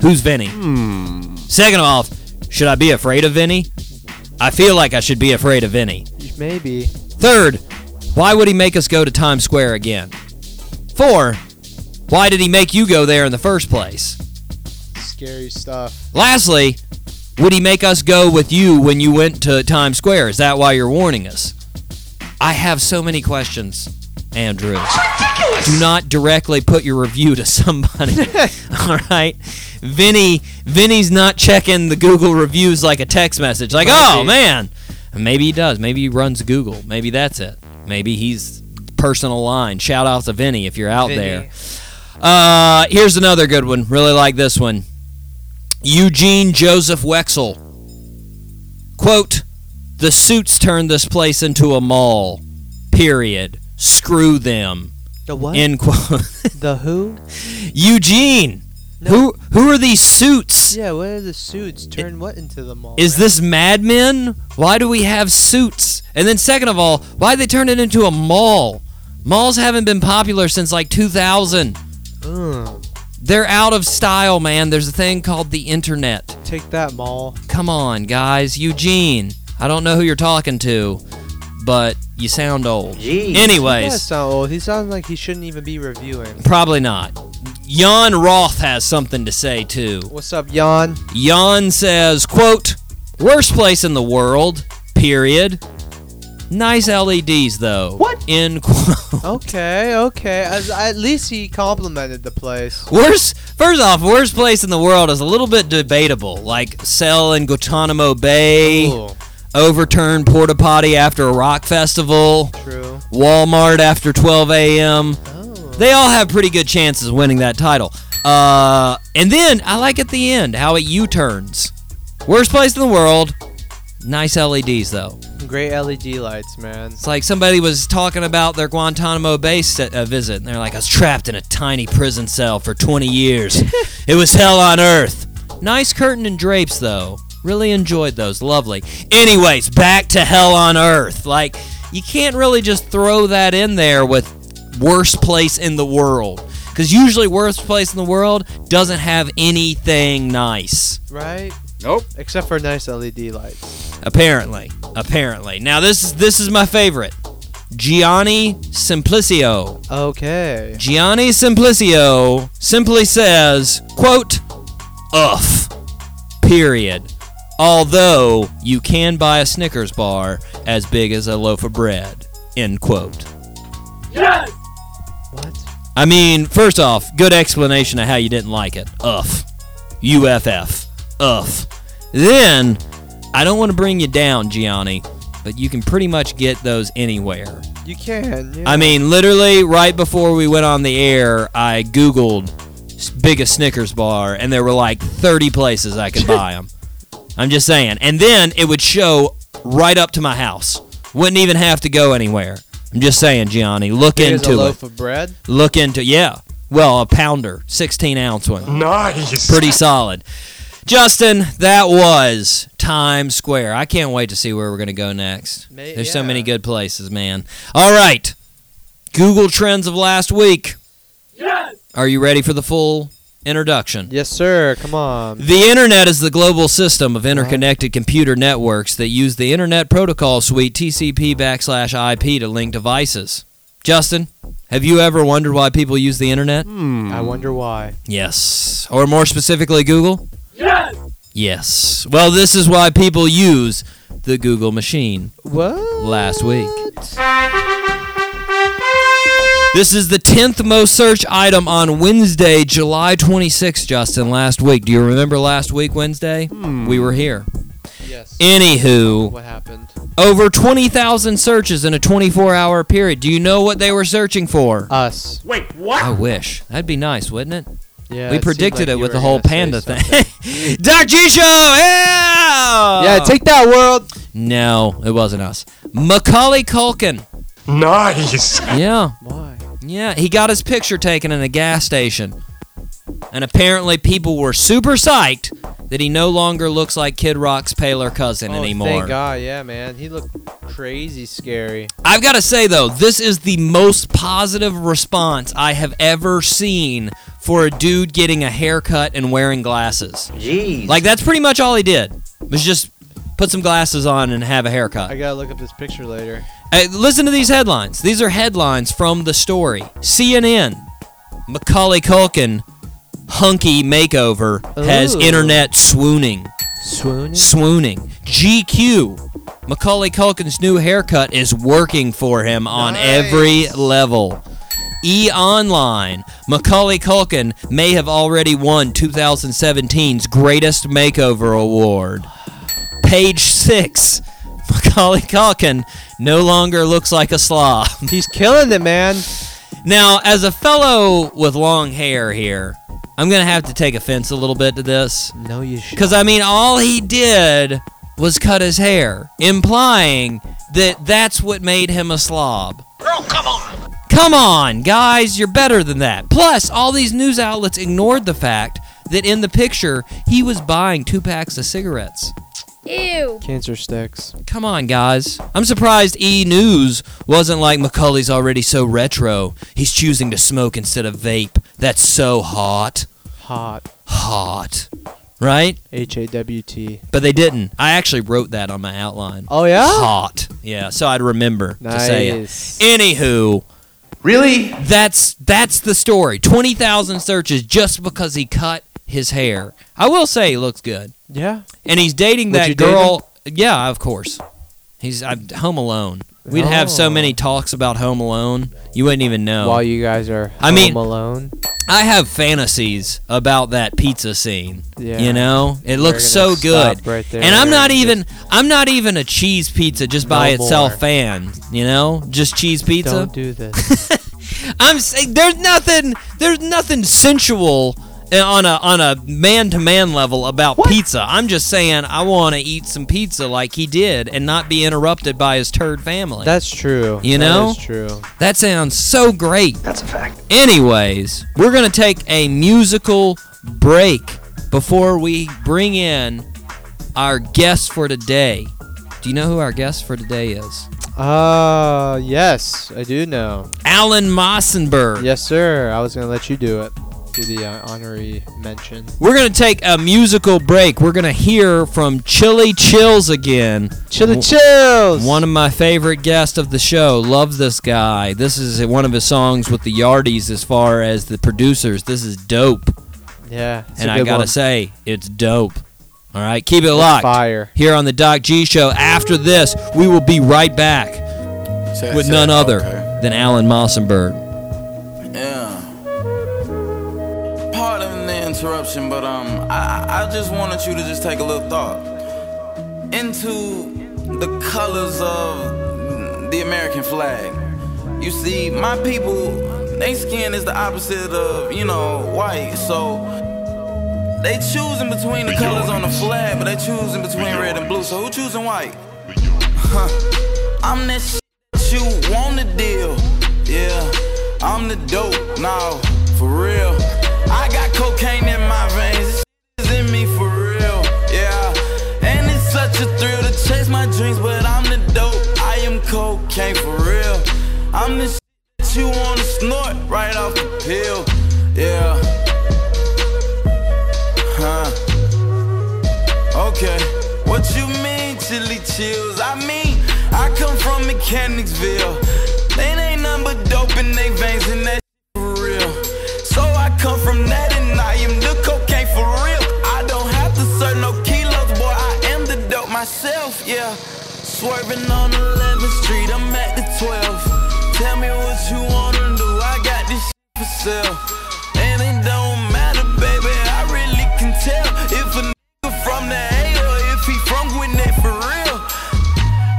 B: who's Vinny? Second off, should I be afraid of Vinny? I feel like I should be afraid of Vinny.
C: Maybe.
B: Third, why would he make us go to Times Square again? Four, why did he make you go there in the first place?
C: Scary stuff.
B: Lastly, would he make us go with you when you went to Times Square? Is that why you're warning us? I have so many questions, Andrew. Do not directly put your review to somebody. All right. Vinny Vinny's not checking the Google reviews like a text message. Like, "Oh, man. Maybe he does. Maybe he runs Google. Maybe that's it. Maybe he's personal line. Shout out to Vinny if you're out
C: Vinny.
B: there. Uh, here's another good one. Really like this one. Eugene Joseph Wexel. Quote, the suits turned this place into a mall. Period. Screw them.
C: The what?
B: End quote.
C: the who?
B: Eugene, who who are these suits?
C: Yeah, what are the suits? Turn what into the mall?
B: Is this Mad Men? Why do we have suits? And then second of all, why they turn it into a mall? Malls haven't been popular since like 2000.
C: Mm,
B: They're out of style, man. There's a thing called the internet.
C: take that mall.
B: Come on, guys. Eugene, I don't know who you're talking to, but you sound old.
C: He does
B: Anyways,
C: sound old. He sounds like he shouldn't even be reviewing.
B: probably not. Jan Roth has something to say too.
C: What's up, Jan?
B: Jan says, quote, worst place in the world, period. Nice LEDs though. What? End quote.
C: Okay, okay. As, at least he complimented the place.
B: Worst, first off, worst place in the world is a little bit debatable. Like Cell in Guantanamo Bay,
C: Ooh,
B: overturned porta potty after a rock festival,
C: true.
B: Walmart after 12 a.m.
C: Oh.
B: They all have pretty good chances of winning that title. Uh, and then I like at the end how it U turns. Worst place in the world, nice LEDs though.
C: Great LED E lights, man.
B: It's like somebody was talking about their Guantanamo Bay se- uh, visit, and they're like, I was trapped in a tiny prison cell for 20 years. it was hell on earth. Nice curtain and drapes, though. Really enjoyed those. Lovely. Anyways, back to hell on earth. Like, you can't really just throw that in there with worst place in the world. Because usually, worst place in the world doesn't have anything nice.
C: Right?
G: Nope.
C: Except for nice LED lights.
B: Apparently, apparently. Now this is this is my favorite. Gianni Simplicio.
C: Okay.
B: Gianni Simplicio simply says, "Quote, uff." Period. Although you can buy a Snickers bar as big as a loaf of bread. End quote.
C: What?
B: I mean, first off, good explanation of how you didn't like it. Uff. UFF. Uff. Then, I don't want to bring you down, Gianni, but you can pretty much get those anywhere.
C: You can. Yeah.
B: I mean, literally, right before we went on the air, I Googled s- biggest Snickers bar, and there were like 30 places I could buy them. I'm just saying. And then it would show right up to my house. Wouldn't even have to go anywhere. I'm just saying, Gianni. Look
C: Big as
B: into
C: a
B: it
C: loaf of bread.
B: look into yeah well a pounder 16 ounce one nice pretty solid justin that was times square i can't wait to see where we're going to go next
C: May-
B: there's so many
C: yeah.
B: good places man all right google trends of last week yes! are you ready for the full introduction
C: Yes, sir. Come on.
B: the internet is the global system of interconnected computer networks that use the Internet Protocol Suite TCP backslash IP to link devices. Justin, have you ever wondered why people use the internet?
C: I wonder why.
B: Yes. Or more specifically, Google? Yes. Yes. Well, this is why people use the Google machine
C: What?
B: last week. This is the 10th most searched item on Wednesday, July 26th, Justin, last week. Do you remember last week, Wednesday? We were here.
C: Yes.
B: Anywho,
C: What happened?
B: over 20,000 searches in a 24 hour period. Do you know what they were searching for?
C: Us.
B: I wish. That'd be nice, wouldn't it?
C: Yeah.
B: we
C: it seemed
B: predicted
C: like
B: it
C: you
B: with
C: were
B: the whole
C: gonna say
B: panda
C: something.
B: thing. Dr. Show! Yeah!
C: Yeah, take that world.
B: No, it wasn't us. Macaulay Culkin.
G: Nice.
B: Yeah,
C: Why?
B: yeah. He got his picture taken in a gas station. And apparently people were super psyched that he no longer looks like Kid Rock's paler cousin
C: oh,
B: anymore.
C: Thank God, yeah, man. He looked crazy scary.
B: I've got to say though, this is the most positive response I have ever seen for a dude getting a haircut and wearing glasses.
D: Jeez.
B: Like that's pretty much all he did was just put some glasses on and have a
C: I
B: haircut.
C: gotta look up this picture later.
B: Hey, listen to these headlines. These are headlines from the story. CNN: Macaulay Culkin hunky makeover has
C: Ooh.
B: internet swooning.
C: Swooning.
B: Swooning. GQ. Macaulay Culkin's new haircut is working for him on every level. E Online. Macaulay Culkin may have already won 2017's Greatest Makeover Award. Page six. Macaulay Culkin no longer looks like a slob.
C: He's killing it, man.
B: Now, as a fellow with long hair here, I'm going to have to take offense a little bit to this.
C: No, you should.
B: Because, I mean, all he did was cut his hair, implying that that's what made him a slob. Girl, come on! Come on, guys, you're better than that. Plus, all these news outlets ignored the fact that in the picture, he was buying two packs of cigarettes.
F: Ew.
C: Cancer sticks.
B: Come on, guys. I'm surprised E News wasn't like Macaulay's already so retro. He's choosing to smoke instead of vape. That's so hot.
C: Hot.
B: Hot. Right?
C: H A W T.
B: But they didn't. I actually wrote that on my outline.
C: Oh yeah.
B: Hot. Yeah, so I'd remember to say it.
C: Nice.
B: Anywho, really, that's that's the story. Twenty thousand searches just because he cut his hair. I will say he looks good,
C: Yeah.
B: and he's dating
C: Would
B: that
C: you date
B: girl. yeah, of course. He's I'm Home Alone. We'd have so
C: Oh.
B: many talks about Home Alone, you wouldn't even know.
C: While you guys are
B: Oh. I mean-
C: home alone.
B: I have fantasies about that pizza scene.
C: Yeah.
B: You know, it looks so
C: gonna
B: good.
C: stop right there
B: and I'm not
C: and
B: even I'm not even a cheese pizza just by
C: No
B: itself
C: more.
B: fan. You know, just cheese pizza.
C: Don't do this.
B: I'm saying there's nothing there's nothing sensual eh, on a on a man to man level about pizza. I'm just saying I want to eat some pizza like he did and not be interrupted by his turd family.
C: That's true.
B: You
C: That is
B: know?
C: true.
B: that sounds so great.
D: That's a fact.
B: Anyways, we're going to take a musical break before we bring in our guest for today. Do you know who our guest for today is?
C: Uh, yes, I do know.
B: Alan Mossenberg.
C: Yes, sir. I was gonna let you do it. Do the uh, honorary mention.
B: We're going to take a musical break. We're going to hear from Chili Chills again.
C: Chili
B: W-
C: chills.
B: One of my favorite guests of the show. Love this guy. This is one of his songs with the Yardies as far as the producers. This is dope.
C: Yeah. it's a
B: and I
C: good
B: gotta
C: one.
B: say, it's dope. All right, keep it
C: It's
B: locked.
C: Fire.
B: Here on the Doc G Show. After this, we will be right back with none other than Alan Mossenberg.
J: Yeah. Pardon the interruption, but um, I I just wanted you to just take a little thought into the colors of the American flag. You see, my people, they skin is the opposite of you know white, so. They choosing between the colors on the flag, but they choosing between red and blue. So who choosing white? Huh. I'm that shit you wanna deal. Yeah, I'm the dope now, for real. I got cocaine in my veins, this is in me for real. Yeah, and it's such a thrill to chase my dreams, but I'm the dope. I am cocaine for real. I'm the shit you wanna snort right off the pill. Yeah. Huh. Okay, what you mean, chilly chills? I mean, I come from Mechanicsville. They ain't nothing but dope in they veins, and that for real. So I come from that, and I am the cocaine for real. I don't have to serve no kilos, boy. I am the dope myself, yeah. Swerving on 11th Street, I'm at the 12th. Tell me what you wanna do, I got this for sale. And it don't matter, baby, I really can tell if a from the A or if he from Gwinnett for real.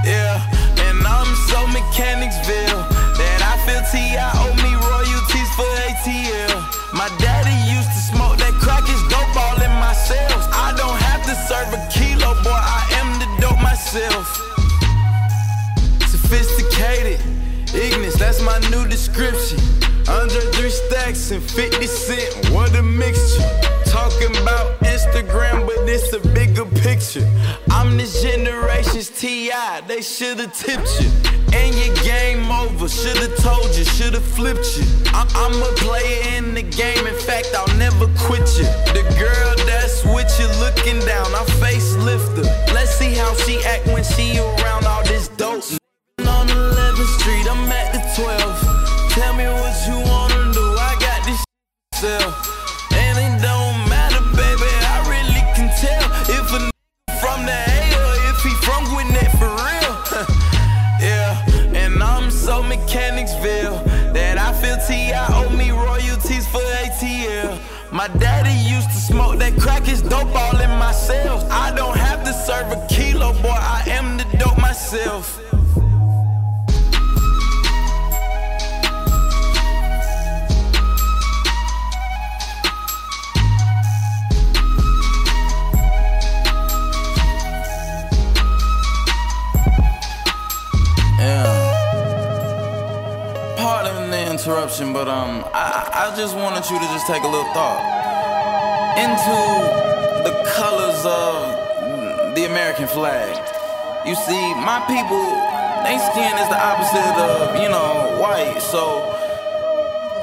J: Yeah, and I'm so Mechanicsville that I feel T.I. owe me royalties for ATL. My daddy used to smoke that crack, it's dope all in my cells. I don't have to serve a kilo, boy, I am the dope myself sophisticated. Ignis, that's my new description. Under three stacks and 50 cent, what a mixture. Talk talking about Instagram, but it's a bigger picture. I'm this generation's TI, they should've tipped you. And your game over, should've told you, should've flipped you. I- I'm a player in the game, in fact, I'll never quit you. The girl that's with you looking down, I facelift her. Let's see how she act when she around all this dope. On 11th Street, I'm at the 12th. Tell me what you wanna do, I got this myself. And it don't matter, baby, I really can tell if a n- from the A or if he from Gwinnett for real. yeah, and I'm so Mechanicsville that I feel T.I. owe me royalties for ATL. My daddy used to smoke that crack, it's dope all in my cells. I don't have to serve a kilo, boy, I am the dope myself. Yeah. Pardon the interruption, but um, I, I just wanted you to just take a little thought into the colors of the American flag. You see, my people, they skin is the opposite of you know white, so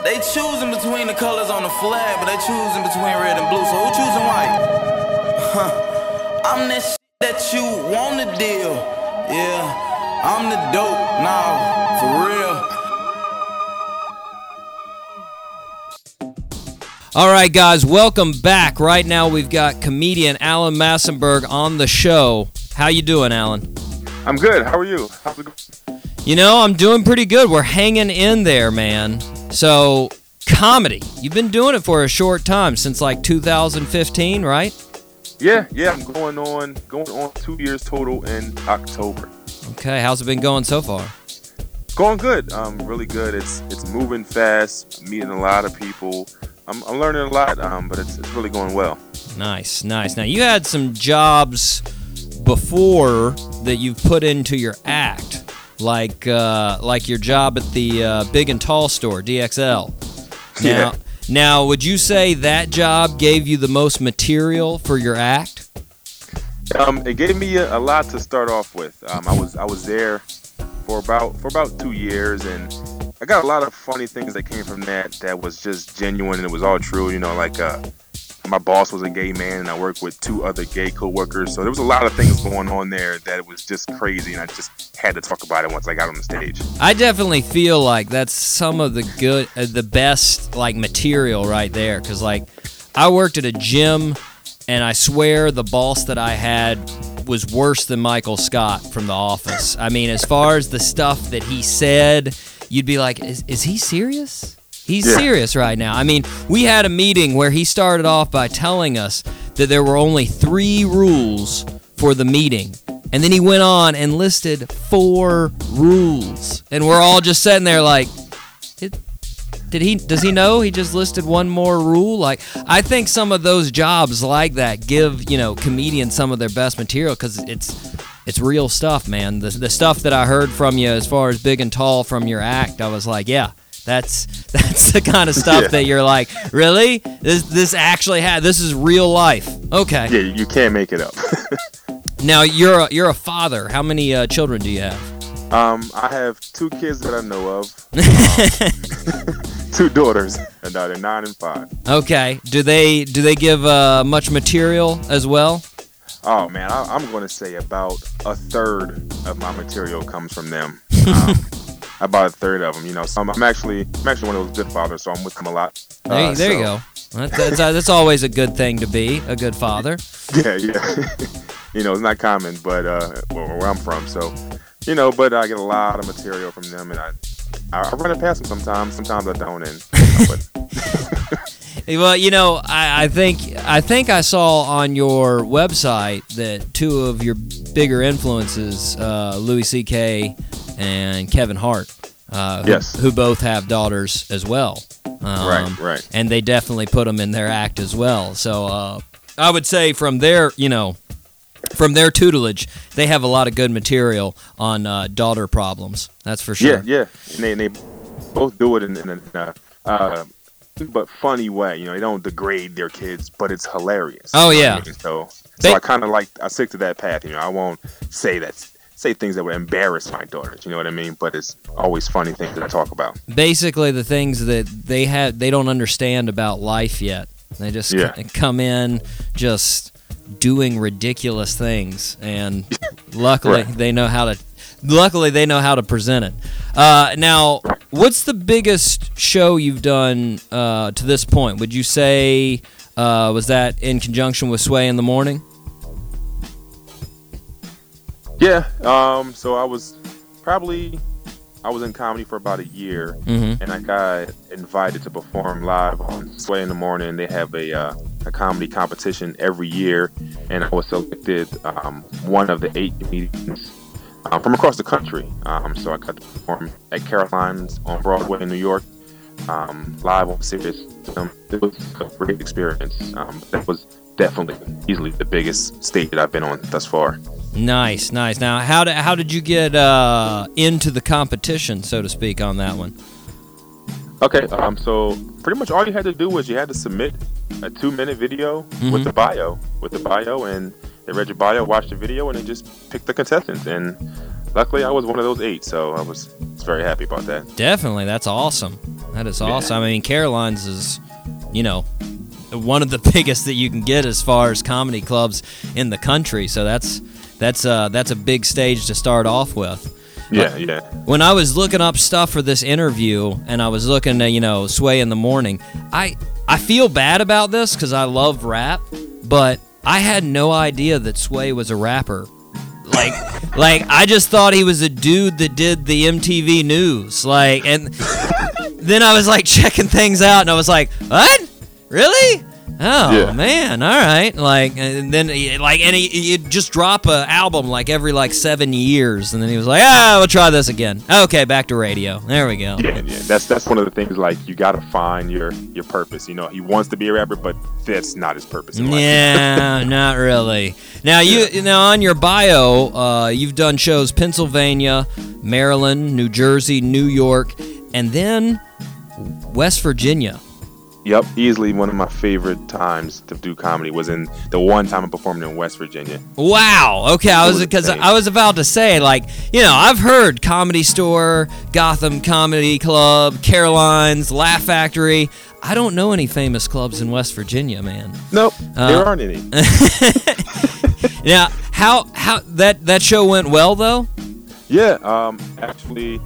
J: they choosing between the colors on the flag, but they choosing between red and blue. So who choosing white? I'm that shit that you wanna deal. Yeah, I'm the dope. Nah, for real.
B: All right, guys, welcome back. Right now, we've got comedian Alan Massenberg on the show. How you doing, Alan?
F: I'm good. How are you? How's it go-
B: You know, I'm doing pretty good. We're hanging in there, man. So, comedy. You've been doing it for a short time, since like 2015, right?
F: Yeah, yeah. I'm going on going on two years total in October.
B: Okay, how's it been going so far?
F: Going good. Um, really good. It's it's moving fast. Meeting a lot of people. I'm, I'm learning a lot. Um, but it's, it's really going well.
B: Nice, nice. Now, you had some jobs before that you've put into your act, like uh, like your job at the uh, Big and Tall store, DXL. Now,
F: Yeah.
B: now, would you say that job gave you the most material for your act?
F: Um, it gave me a, a lot to start off with. Um, I was I was there for about for about two years, and I got a lot of funny things that came from that that was just genuine and it was all true. You know, like uh, my boss was a gay man, and I worked with two other gay coworkers, so there was a lot of things going on there that it was just crazy, and I just had to talk about it once I got on the stage.
B: I definitely feel like that's some of the good, uh, the best like material right there. Cause like I worked at a gym, and I swear the boss that I had was worse than Michael Scott from The Office. I mean, as far as the stuff that he said, you'd be like, is, is he serious? He's
F: Yeah.
B: serious right now. I mean, we had a meeting where he started off by telling us that there were only three rules for the meeting. And then he went on and listed four rules. And we're all just sitting there like, did, did he does he know he just listed one more rule? Like I think some of those jobs like that give, you know, comedians some of their best material cuz it's it's real stuff, man. The, the stuff that I heard from you as far as big and tall from your act, I was like, yeah, that's that's the kind of stuff
F: Yeah.
B: that you're like, really? This this actually had this is real life. Okay.
F: Yeah, you can't make it up.
B: Now you're a, you're a father. How many uh, children do you have?
F: um, I have two kids that I know of, um, two daughters, and uh, they're nine and five.
B: Okay. Do they do they give uh, much material as well?
F: Oh man, I, I'm going to say about a third of my material comes from them. Um, about a third of them, you know. So I'm, I'm actually, I'm actually one of those good fathers, so I'm with them a lot.
B: There,
F: Uh,
B: you- there you
F: so-
B: go. That's, that's, uh, that's always a good thing to be a good father.
F: Yeah, yeah. you know, it's not common, but uh, where, where I'm from, so you know. But I get a lot of material from them, and I, I, I run it past them sometimes. Sometimes I don't, and you know, but
B: Eh, Well, you know, I, I think I think I saw on your website that two of your bigger influences, uh, Louis C.K. and Kevin Hart, uh, who-
F: Yes.
B: who, both have daughters as well. Um,
F: Right, right.
B: And they definitely put them in their act as well. So uh, I would say from their, you know, from their tutelage, they have a lot of good material on uh, daughter problems. That's for sure.
F: yeah, yeah. And they, and they both do it in, in a uh, uh, but funny way. You know, they don't degrade their kids, but it's hilarious.
B: Oh,
F: You know
B: yeah.
F: what I mean? So,
B: They-
F: so I kind of like I stick to that path. You know, I won't say that say things that would embarrass my daughters. You know what I mean? But it's always funny things that I talk about.
B: basically the things that they have they don't understand about life yet. They just c-
F: Yeah.
B: come in just doing ridiculous things, and luckily
F: Right.
B: they know how to. Luckily they know how to present it. Uh, now, what's the biggest show you've done uh, to this point? Would you say uh, was that in conjunction with Sway in the Morning?
F: Yeah. Um. So I was probably I was in comedy for about a year,
B: Mhm.
F: and I got invited to perform live on Sway in the Morning. They have a uh, a comedy competition every year, and I was selected um, one of the eight comedians um, from across the country. Um, so I got to perform at Caroline's on Broadway in New York, um, live on Sirius. Um, it was a great experience. Um, that was definitely easily the biggest stage that I've been on thus far.
B: Nice, nice. Now, how did how did you get uh, into the competition, so to speak, on that one?
F: Okay, um, so pretty much all you had to do was you had to submit a two-minute video
B: Mhm.
F: with the bio, with the bio, and they read your bio, watched the video, and they just picked the contestants. And luckily, I was one of those eight, so I was very happy about that.
B: Definitely, that's awesome. That is awesome. I mean, Caroline's is, you know, one of the biggest that you can get as far as comedy clubs in the country. So that's that's uh, that's a big stage to start off with.
F: Yeah, Uh, yeah.
B: When I was looking up stuff for this interview, and I was looking at you know Sway in the morning, I I feel bad about this because I love rap, but I had no idea that Sway was a rapper. Like, like I just thought he was a dude that did the MTV News. Like, and then I was like checking things out, and I was like, what? Really? Oh
F: Yeah.
B: man, all right. Like, and then he- like, and he he'd just drop a album like every like seven years, and then he was like, ah, we'll try this again. Okay, back to radio. There we go.
F: Yeah, yeah. That's that's one of the things. Like you gotta find your your purpose. You know, he wants to be a rapper, but that's not his purpose. In life.
B: Yeah, not really. Now you now on your bio, uh, you've done shows Pennsylvania, Maryland, New Jersey, New York, and then West Virginia.
F: Yep. Easily one of my favorite times to do comedy was in the one time I performed in West Virginia.
B: Wow. Okay, I was
F: That was
B: because
F: insane.
B: I was about to say like you know I've heard Comedy Store, Gotham Comedy Club, Caroline's, Laugh Factory. I don't know any famous clubs in West Virginia, man.
F: Nope,
B: Uh,
F: there aren't any.
B: Now how how that that show went well though.
F: Yeah, um, actually,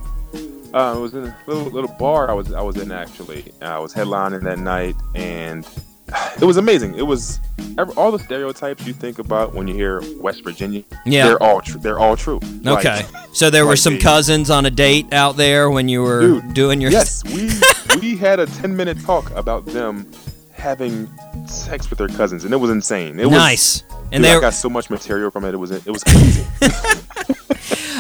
F: uh, I was in a little, little bar I was I was in actually. I was headlining that night, and it was amazing. It was ev- all the stereotypes you think about when you hear West Virginia.
B: Yeah.
F: they're all tr- they're all true. Like,
B: Okay. so there were
F: like
B: some
F: the-
B: cousins on a date out there when you were
F: Dude,
B: doing your
F: yes, we we had a ten minute talk about them having sex with their cousins, and it was insane. It was
B: nice. And
F: And dude,
B: they
F: I got so much material from it. It was it was amazing.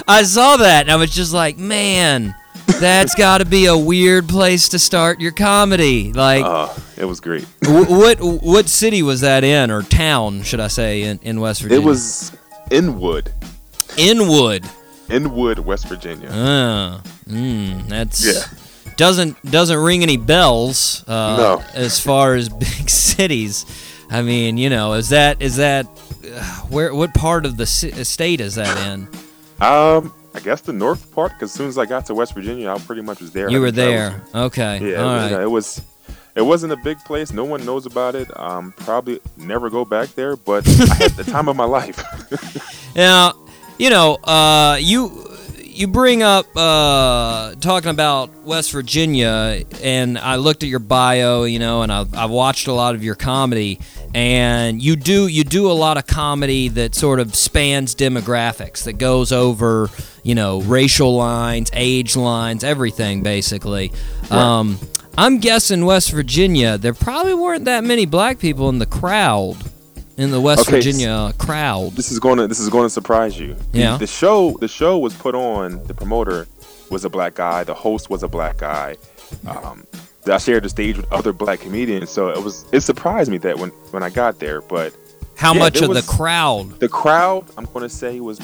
B: I saw that and I was just like, man, that's got to be a weird place to start your comedy. Like
F: uh, it was great.
B: wh- what what city was that in or town, should I say, in, in West Virginia?
F: It was Inwood,
B: Inwood.
F: Inwood, West Virginia.
B: Uh, mm, that's
F: Yeah.
B: doesn't doesn't ring any bells. Uh,
F: No.
B: As far as big cities, I mean, you know, is that is that uh, where what part of the ci- state is that in?
F: Um, I guess the north part. Because as soon as I got to West Virginia, I pretty much was there.
B: You
F: I
B: were
F: traveled-
B: there. Okay.
F: Yeah,
B: All
F: it, was, uh,
B: right.
F: it was. It wasn't a big place. No one knows about it. Um, probably never go back there. But I had the time of my life.
B: Now, you know, uh, you you bring up uh, talking about West Virginia, and I looked at your bio, you know, and I I watched a lot of your comedy, and you do you do a lot of comedy that sort of spans demographics that goes over you know racial lines, age lines, everything basically. Um, I'm guessing West Virginia, there probably weren't that many black people in the crowd, in the West
F: Okay, s-
B: Virginia crowd.
F: this is going to. This is going to surprise you. The-
B: Yeah.
F: The, show. The show was put on. The promoter was a black guy. The host was a black guy. Um, I shared the stage with other black comedians, so it was. It surprised me that when when I got there, but
B: How
F: Yeah,
B: much
F: there
B: of
F: was-
B: the crowd?
F: the crowd, I'm going to say, was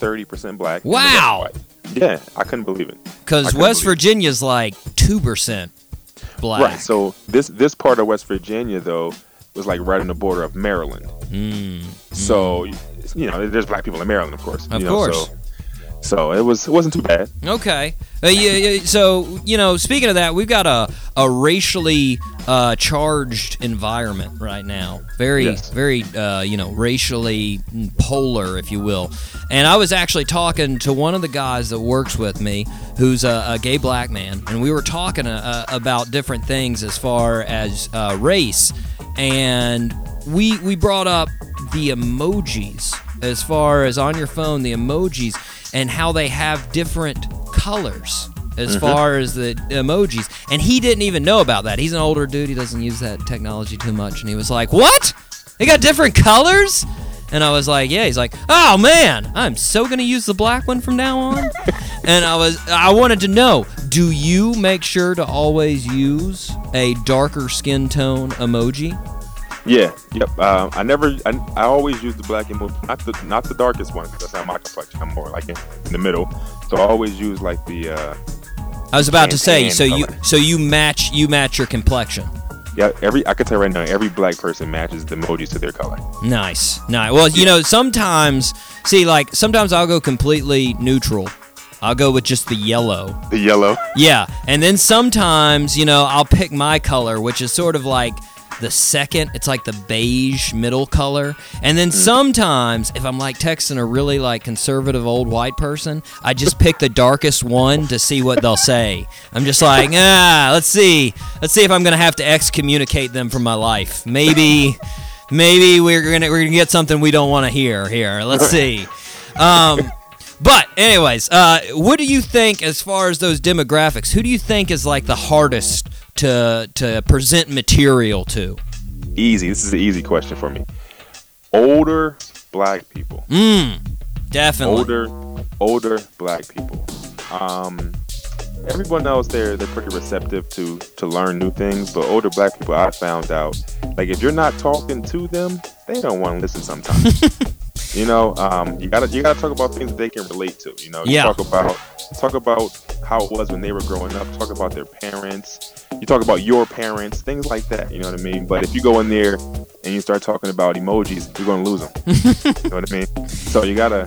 F: 30% black. and the rest
B: Wow.
F: white. Yeah, I couldn't believe it. I
B: Because
F: couldn't
B: West
F: believe
B: Virginia's like two percent.
F: it.
B: black.
F: Right. So this this part of West Virginia though was like right on the border of Maryland.
B: Mm.
F: So you know, there's black people in Maryland, of course.
B: Of
F: you know,
B: course.
F: So, so it was it wasn't too bad.
B: Okay. Uh, yeah, yeah, so you know, speaking of that, we've got a a racially uh, charged environment right now. Very,
F: Yes.
B: very, uh, you know, racially polar, if you will. And I was actually talking to one of the guys that works with me, who's a, a gay black man, and we were talking uh, uh, about different things as far as uh, race, and we we brought up the emojis as far as on your phone the emojis and how they have different colors as far as the emojis and he didn't even know about that he's an older dude he doesn't use that technology too much and he was like what they got different colors and i was like yeah he's like oh man i'm so gonna use the black one from now on and i was i wanted to know do you make sure to always use a darker skin tone emoji
F: Yeah. Yep. Um, I never. I, I always use the black and most- not the not the darkest one. 'cause That's not my complexion. I'm more like in, in the middle. So I always use like the. Uh,
B: I was about to say,
F: And-
B: so you
F: and-
B: so you match you match your complexion.
F: yeah. Every I can tell right now, every black person matches the emojis to their color.
B: Nice, nice. Well, you know, sometimes see, like sometimes I'll go completely neutral. I'll go with just the yellow.
F: The yellow.
B: Yeah, and then sometimes you know I'll pick my color, which is sort of like the second. It's like the beige middle color. And then sometimes if I'm like texting a really like conservative old white person, I just pick the darkest one to see what they'll say. I'm just like, ah, let's see, let's see if I'm gonna have to excommunicate them from my life. Maybe, maybe we're gonna we're gonna get something we don't want to hear here. Let's see. Um, but anyways, uh, what do you think as far as those demographics? Who do you think is like the hardest to to present material to?
F: Easy. This is an easy question for me. Older black people.
B: Mm, definitely.
F: older older black people um everyone else there they're pretty receptive to to learn new things but older black people i found out like if you're not talking to them they don't want to listen sometimes you know um you gotta you gotta talk about things that they can relate to you know you
B: Yeah.
F: talk about talk about how it was when they were growing up talk about their parents you talk about your parents things like that you know what i mean but if you go in there and you start talking about emojis you're gonna lose them you know what I mean? So you gotta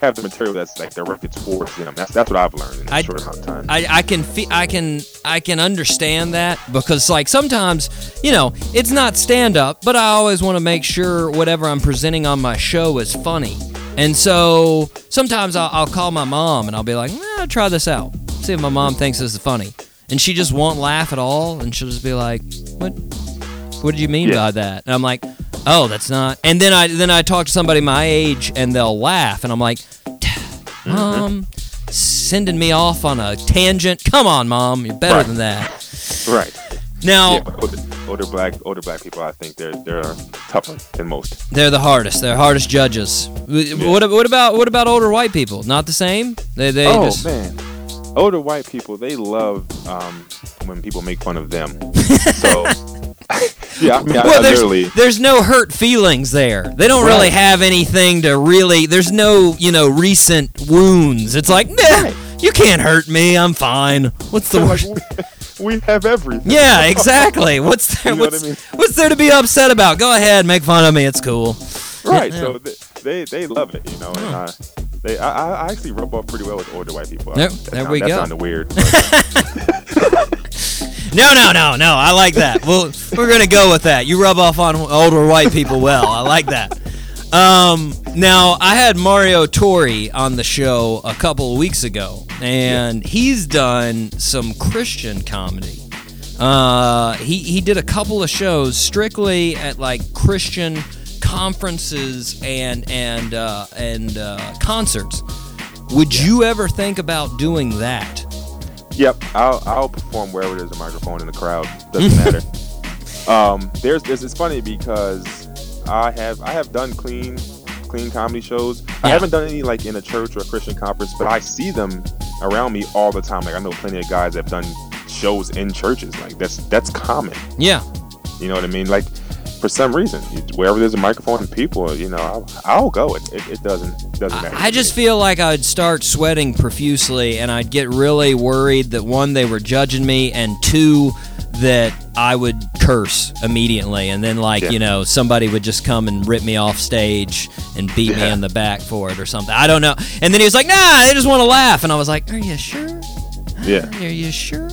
F: have the material that's like directed towards them. That's that's what I've learned in a
B: I-
F: short amount of time.
B: I, I can fe- I can I can understand that because like sometimes you know it's not stand up, but I always want to make sure whatever I'm presenting on my show is funny, and so sometimes I'll, I'll call my mom and I'll be like, "Nah, try this out, see if my mom thinks this is funny, and she just won't laugh at all, and she'll just be like, what What did you mean
F: Yeah.
B: by that? And I'm like, oh, that's not. And then I then I talk to somebody my age and they'll laugh, and I'm like, mom, Um, sending me off on a tangent. Come on, mom, you're better
F: Right.
B: than that.
F: right.
B: Now
F: Yeah, but older, older black older black people, I think they're they're tougher than most.
B: they're the hardest. They're hardest judges. W What, ab- what about what about older white people? Not the same. They they
F: oh
B: just
F: man, older white people they love um, when people make fun of them. so yeah, I mean, I- I
B: well,
F: literally
B: there's, there's no hurt feelings there. They don't really
F: Right.
B: have anything to really. There's no, you know, recent wounds. It's like, nah, you can't hurt me. I'm fine. What's the worst?
F: we have everything.
B: Yeah, exactly. What's there?
F: You know what I
B: what's,
F: mean?
B: what's there to be upset about? Go ahead, make fun of me. It's cool.
F: Right. So th- they they love it, you know. And uh, they I, I- I actually rub off pretty well with older white people.
B: There-
F: That
B: there
F: sound-
B: we
F: that
B: go.
F: sounded weird.
B: No, no, no, no. I like that. Well, we're gonna go with that. You rub off on older white people well. I like that. Um, now I had Mario Tori on the show a couple of weeks ago, and he's done some Christian comedy. Uh, he he did a couple of shows strictly at like Christian conferences and and uh, and uh, concerts. Would you ever think about doing that?
F: Yep, I'll, I'll perform wherever there's a microphone in the crowd. Doesn't matter. Um, there's this. It's funny because I have I have done clean clean comedy shows. I
B: Yeah.
F: haven't done any like in a church or a Christian conference, but I see them around me all the time. Like I know plenty of guys that have done shows in churches. Like that's that's common.
B: Yeah.
F: You know what I mean? Like for some reason, wherever there's a microphone and people, you know, I'll, I'll go. It, it, it doesn't doesn't matter.
B: I
F: to
B: just
F: me.
B: feel like I'd start sweating profusely and I'd get really worried that one, they were judging me, and two, that I would curse immediately, and then like
F: Yeah.
B: you know somebody would just come and rip me off stage and beat me
F: Yeah.
B: in the back for it or something. I don't know. And then he was like, "Nah, they just want to laugh," and I was like, "Are you sure?
F: Yeah.
B: Are you sure?"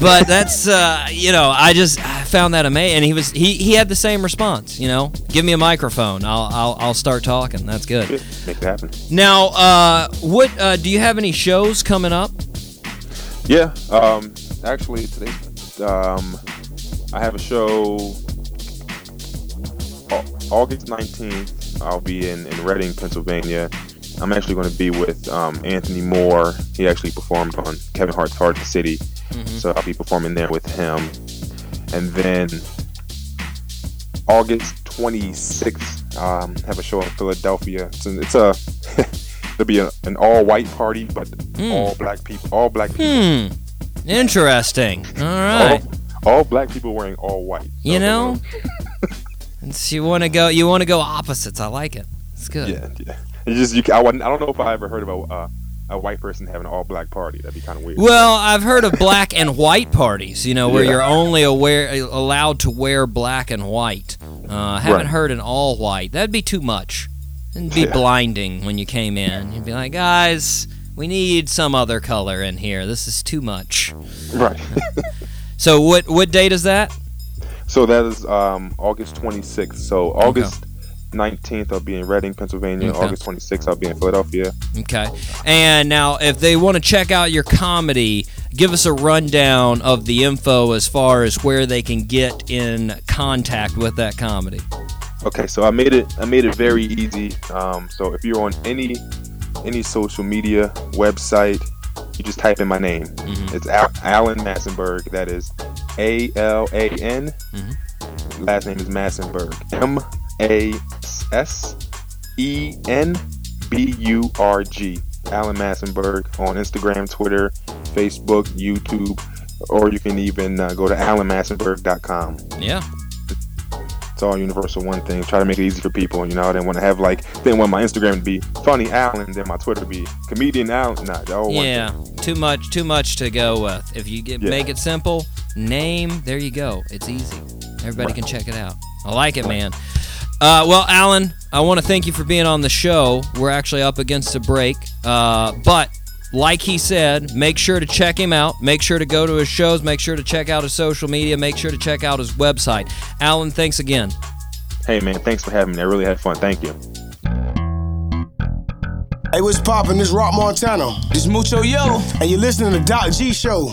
B: But that's uh, you know I just I found that amazing. And he was he he had the same response. You know, give me a microphone, I'll I'll, I'll start talking. That's good.
F: Yeah, Make it happen.
B: Now, uh, what uh, do you have any shows coming up?
F: Yeah. Um, actually, today um, I have a show Au- August 19th. I'll be in, in Reading, Pennsylvania. I'm actually going to be with um, Anthony Moore. He actually performed on Kevin Hart's Hard to City. So I'll be performing there with him. And then August 26th, um, have a show in Philadelphia. It's, an, it's a. It'll be a, an all-white party, but all black people, all black people
B: Hmm. Interesting. All right.
F: all, all black people wearing all white.
B: You know, and so you want to go. You want to go opposites. I like it. It's good.
F: Yeah, yeah. It's just you. ca- I, wouldn't- I don't know if I ever heard about uh, a white person having an all black party. That'd be kind of weird.
B: Well, I've heard of black and white parties. You know, where
F: Yeah.
B: you're only aware allowed to wear black and white. Uh, I haven't
F: Right.
B: heard an all white. That'd be too much. It'd be
F: Yeah.
B: blinding when you came in. You'd be like, guys, we need some other color in here. This is too much.
F: right.
B: So what what date is that?
F: so that is um, August 26th. So August 19th, I'll be in Reading, Pennsylvania.
B: Okay.
F: August 26th, I'll be in Philadelphia.
B: Okay. And now, if they want to check out your comedy, give us a rundown of the info as far as where they can get in contact with that comedy.
F: Okay, so I made it. I made it very easy. Um, so if you're on any any social media website, you just type in my name. It's Al- Alan Massenberg. That is A L A N. Last name is Massenberg. M A S E N B U R G. Alan Massenberg on Instagram, Twitter, Facebook, YouTube, or you can even uh, go to alanmassenberg.com
B: Yeah.
F: it's all universal one thing. Try to make it easy for people. You know, I didn't want to have like didn't want my Instagram to be funny Allen, then my Twitter to be comedian Allen. Nah, they all one
B: yeah. Too much. Too much to go with. If you get,
F: Yeah.
B: make it simple, name. There you go. It's easy. Everybody can check it out. I like it, man. Uh, well, Alan, I want to thank you for being on the show. We're actually up against a break, uh, but like he said, make sure to check him out. Make sure to go to his shows. Make sure to check out his social media. Make sure to check out his website. Alan, thanks again.
F: Hey man, thanks for having me. I really had fun. Thank you.
K: Hey, what's poppin'? This Rock Montano. This Mucho Yo. And you're listening to Doc G Show.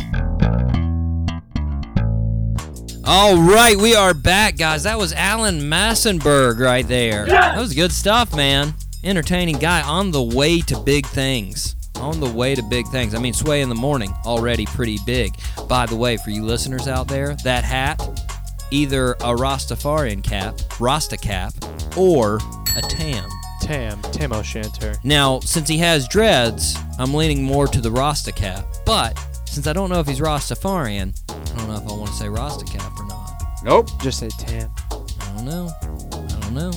B: All right, we are back, guys. That was Alan Massenberg right there. That was good stuff, man. Entertaining guy on the way to big things. On the way to big things. I mean, Sway in the Morning, already pretty big. By the way, for you listeners out there, that hat, either a Rastafarian cap, Rasta cap, or a tam.
C: Tam, Tam O'Shanter.
B: Now, since he has dreads, I'm leaning more to the Rasta cap. But since I don't know if he's Rastafarian, I don't know if I want to say Rasta cap or not.
G: Nope.
C: Just say Tam.
B: I don't know. I don't know.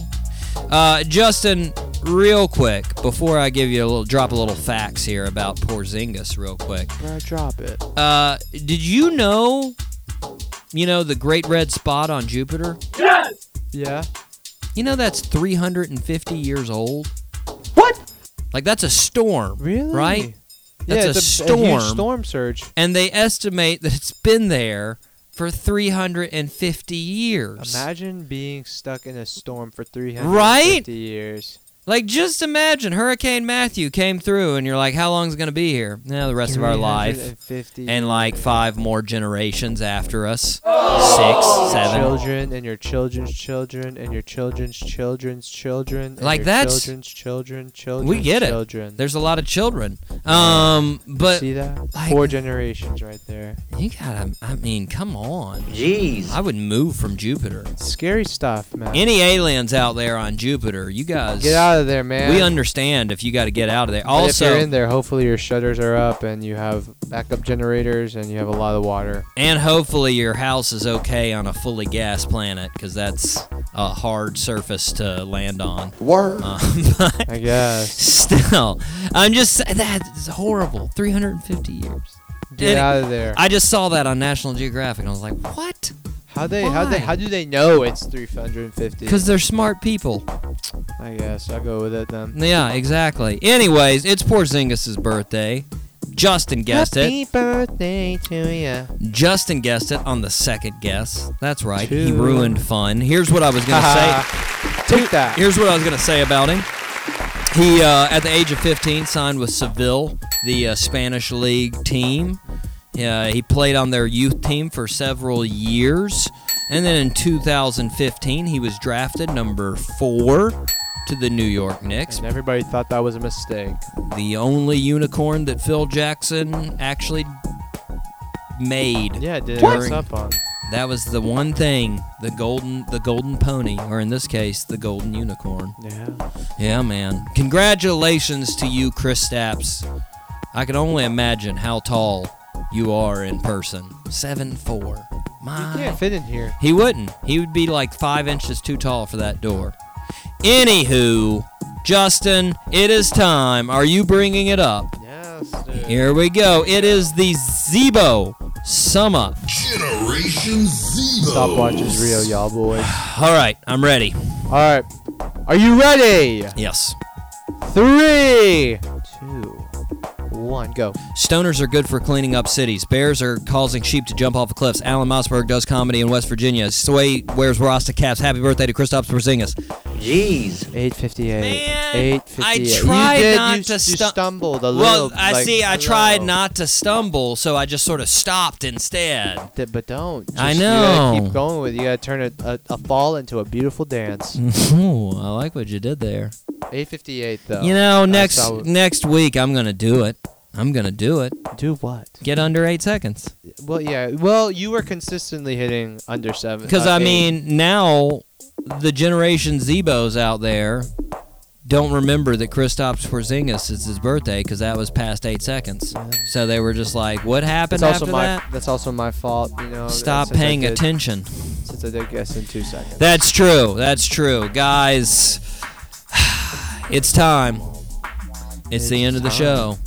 B: Uh, Justin, real quick, before I give you a little drop a little facts here about Porzingis, real quick.
C: Bro, drop it.
B: Uh, did you know, you know, the Great Red Spot on Jupiter?
C: Yeah.
B: You know that's 350 years old. What? Like that's a storm,
C: Really?
B: right? That's a
C: yeah, it's
B: storm.
C: huge storm surge.
B: And they estimate that it's been there for 350 years.
C: Imagine being stuck in a storm for 350
B: Right?
C: years.
B: Like, just imagine Hurricane Matthew came through, and you're like, how long's it going to be here? Now, the rest of our life.
C: 350
B: And like five more generations after us. Six, seven.
C: Oh! children and your children's children and your children's children's children. and
B: Like
C: your
B: that's-
C: children's children, children's
B: We get it.
C: children.
B: There's a lot of children. Um, but
C: See that?
B: like-
C: Four generations right there.
B: you gotta, I mean, come on. Jeez. I would move from Jupiter.
C: Scary stuff, man.
B: Any aliens out there on Jupiter, you guys.
C: get out of there, man.
B: We understand if you got to get out of there.
C: But if
B: Also,
C: you're in there, hopefully your shutters are up and you have backup generators and you have a lot of water.
B: And hopefully your house is okay on a fully gas planet, because that's a hard surface to land on.
G: Word.
B: Um, but
C: I guess.
B: still, I'm just sa- that is horrible. 350 years.
C: Get
B: And-
C: out of there.
B: I just saw that on National Geographic, and I was like, what?
C: How they? How they?
B: Why?
C: How do they know it's 350?
B: Because they're smart people.
C: I guess I'll go with it then.
B: Yeah, exactly. Anyways, it's Porzingis' birthday. Justin guessed
C: Happy
B: it.
C: birthday to you.
B: Justin guessed it on the second guess. That's right. He
C: Two.
B: ruined fun. Here's what I was gonna say.
C: Take that.
B: Here's what I was gonna say about him. He, uh, at the age of 15, signed with Seville, the uh, Spanish league team. Uh, he played on their youth team for several years, and then in 2015, he was drafted number four to the New York Knicks.
C: And everybody thought that was a mistake.
B: The only unicorn that Phil Jackson actually made.
C: Yeah, did
B: during-
C: mess up on.
B: That was the one thing the golden the golden pony, or in this case, the golden unicorn.
C: Yeah.
B: Yeah, man. Congratulations to you, Chris Stapps. I can only imagine how tall you are in person. Seven four. My.
C: You can't fit in here.
B: He wouldn't. He would be like five inches too tall for that door. Anywho, Justin, it is time. Are you bringing it up?
C: Yes.
B: Here we go. It is the Zebo sum up.
L: Generation Zebo.
C: Stopwatch is real, y'all boys.
B: All right, I'm ready.
C: All right. Are you ready?
B: Yes.
C: Three, two, one, go.
B: Stoners are good for cleaning up cities. Bears are causing sheep to jump off of cliffs. Alan Mossberg does comedy in West Virginia. Sway wears Rasta caps. Happy birthday to Kristaps Porzingis. Jeez.
C: 858.
B: Man,
C: 858.
B: I
C: You
B: tried
C: did-
B: not
C: you,
B: to
C: you
B: stum-
C: stumbled a
B: Well,
C: little.
B: I
C: like,
B: see. I
C: hello.
B: tried not to stumble, so I just sort of stopped instead.
C: Th- But don't.
B: I
C: Just- you gotta
B: know.
C: keep going with. it. You gotta turn a, a, a fall into a beautiful dance.
B: Mm. Ooh, I like what you did there. Oh,
C: 858 though.
B: You know,
C: That's
B: next
C: how-
B: next week I'm gonna do it. I'm gonna do it.
C: Do what?
B: Get under eight seconds.
C: Well, yeah. Well, you were consistently hitting under seven.
B: Because
C: uh,
B: I
C: eight.
B: mean, now the generation Zebos out there don't remember that Kristaps Porzingis is his birthday because that was past eight seconds. So they were just like, "What happened
C: that's also
B: after
C: my Oh,
B: that?"
C: that's also my fault. You know.
B: Stop
C: since I
B: paying
C: did-
B: attention.
C: Since I did guess in two seconds.
B: That's true. That's true, guys. It's time. It's, the end of the
C: time.
B: show.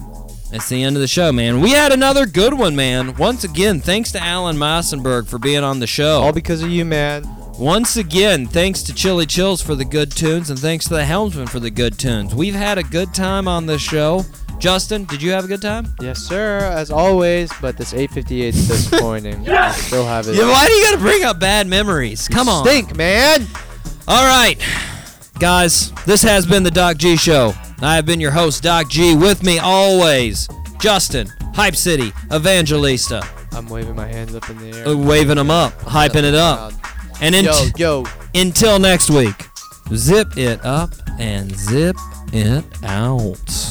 B: It's the end of the show, man. We had another good one, man. Once again, thanks to Alan Meisenberg for being on the show.
C: All because of you, man.
B: Once again, thanks to Chili Chills for the good tunes, and thanks to the Helmsman for the good tunes. We've had a good time on this show. Justin, did you have a good time?
C: Yes, sir. As always, but this 858 is disappointing. I still have it.
B: Yeah, why do you gotta bring up bad memories? Come on.
C: Stink, man.
B: All right, guys, this has been the Doc G Show. I have been your host, Doc G. With me always, Justin, Hype City, Evangelista,
C: I'm waving my hands up in the air.
B: uh, waving them up, hyping it up. And in
C: Yo, yo.
B: until next week, zip it up and zip it out.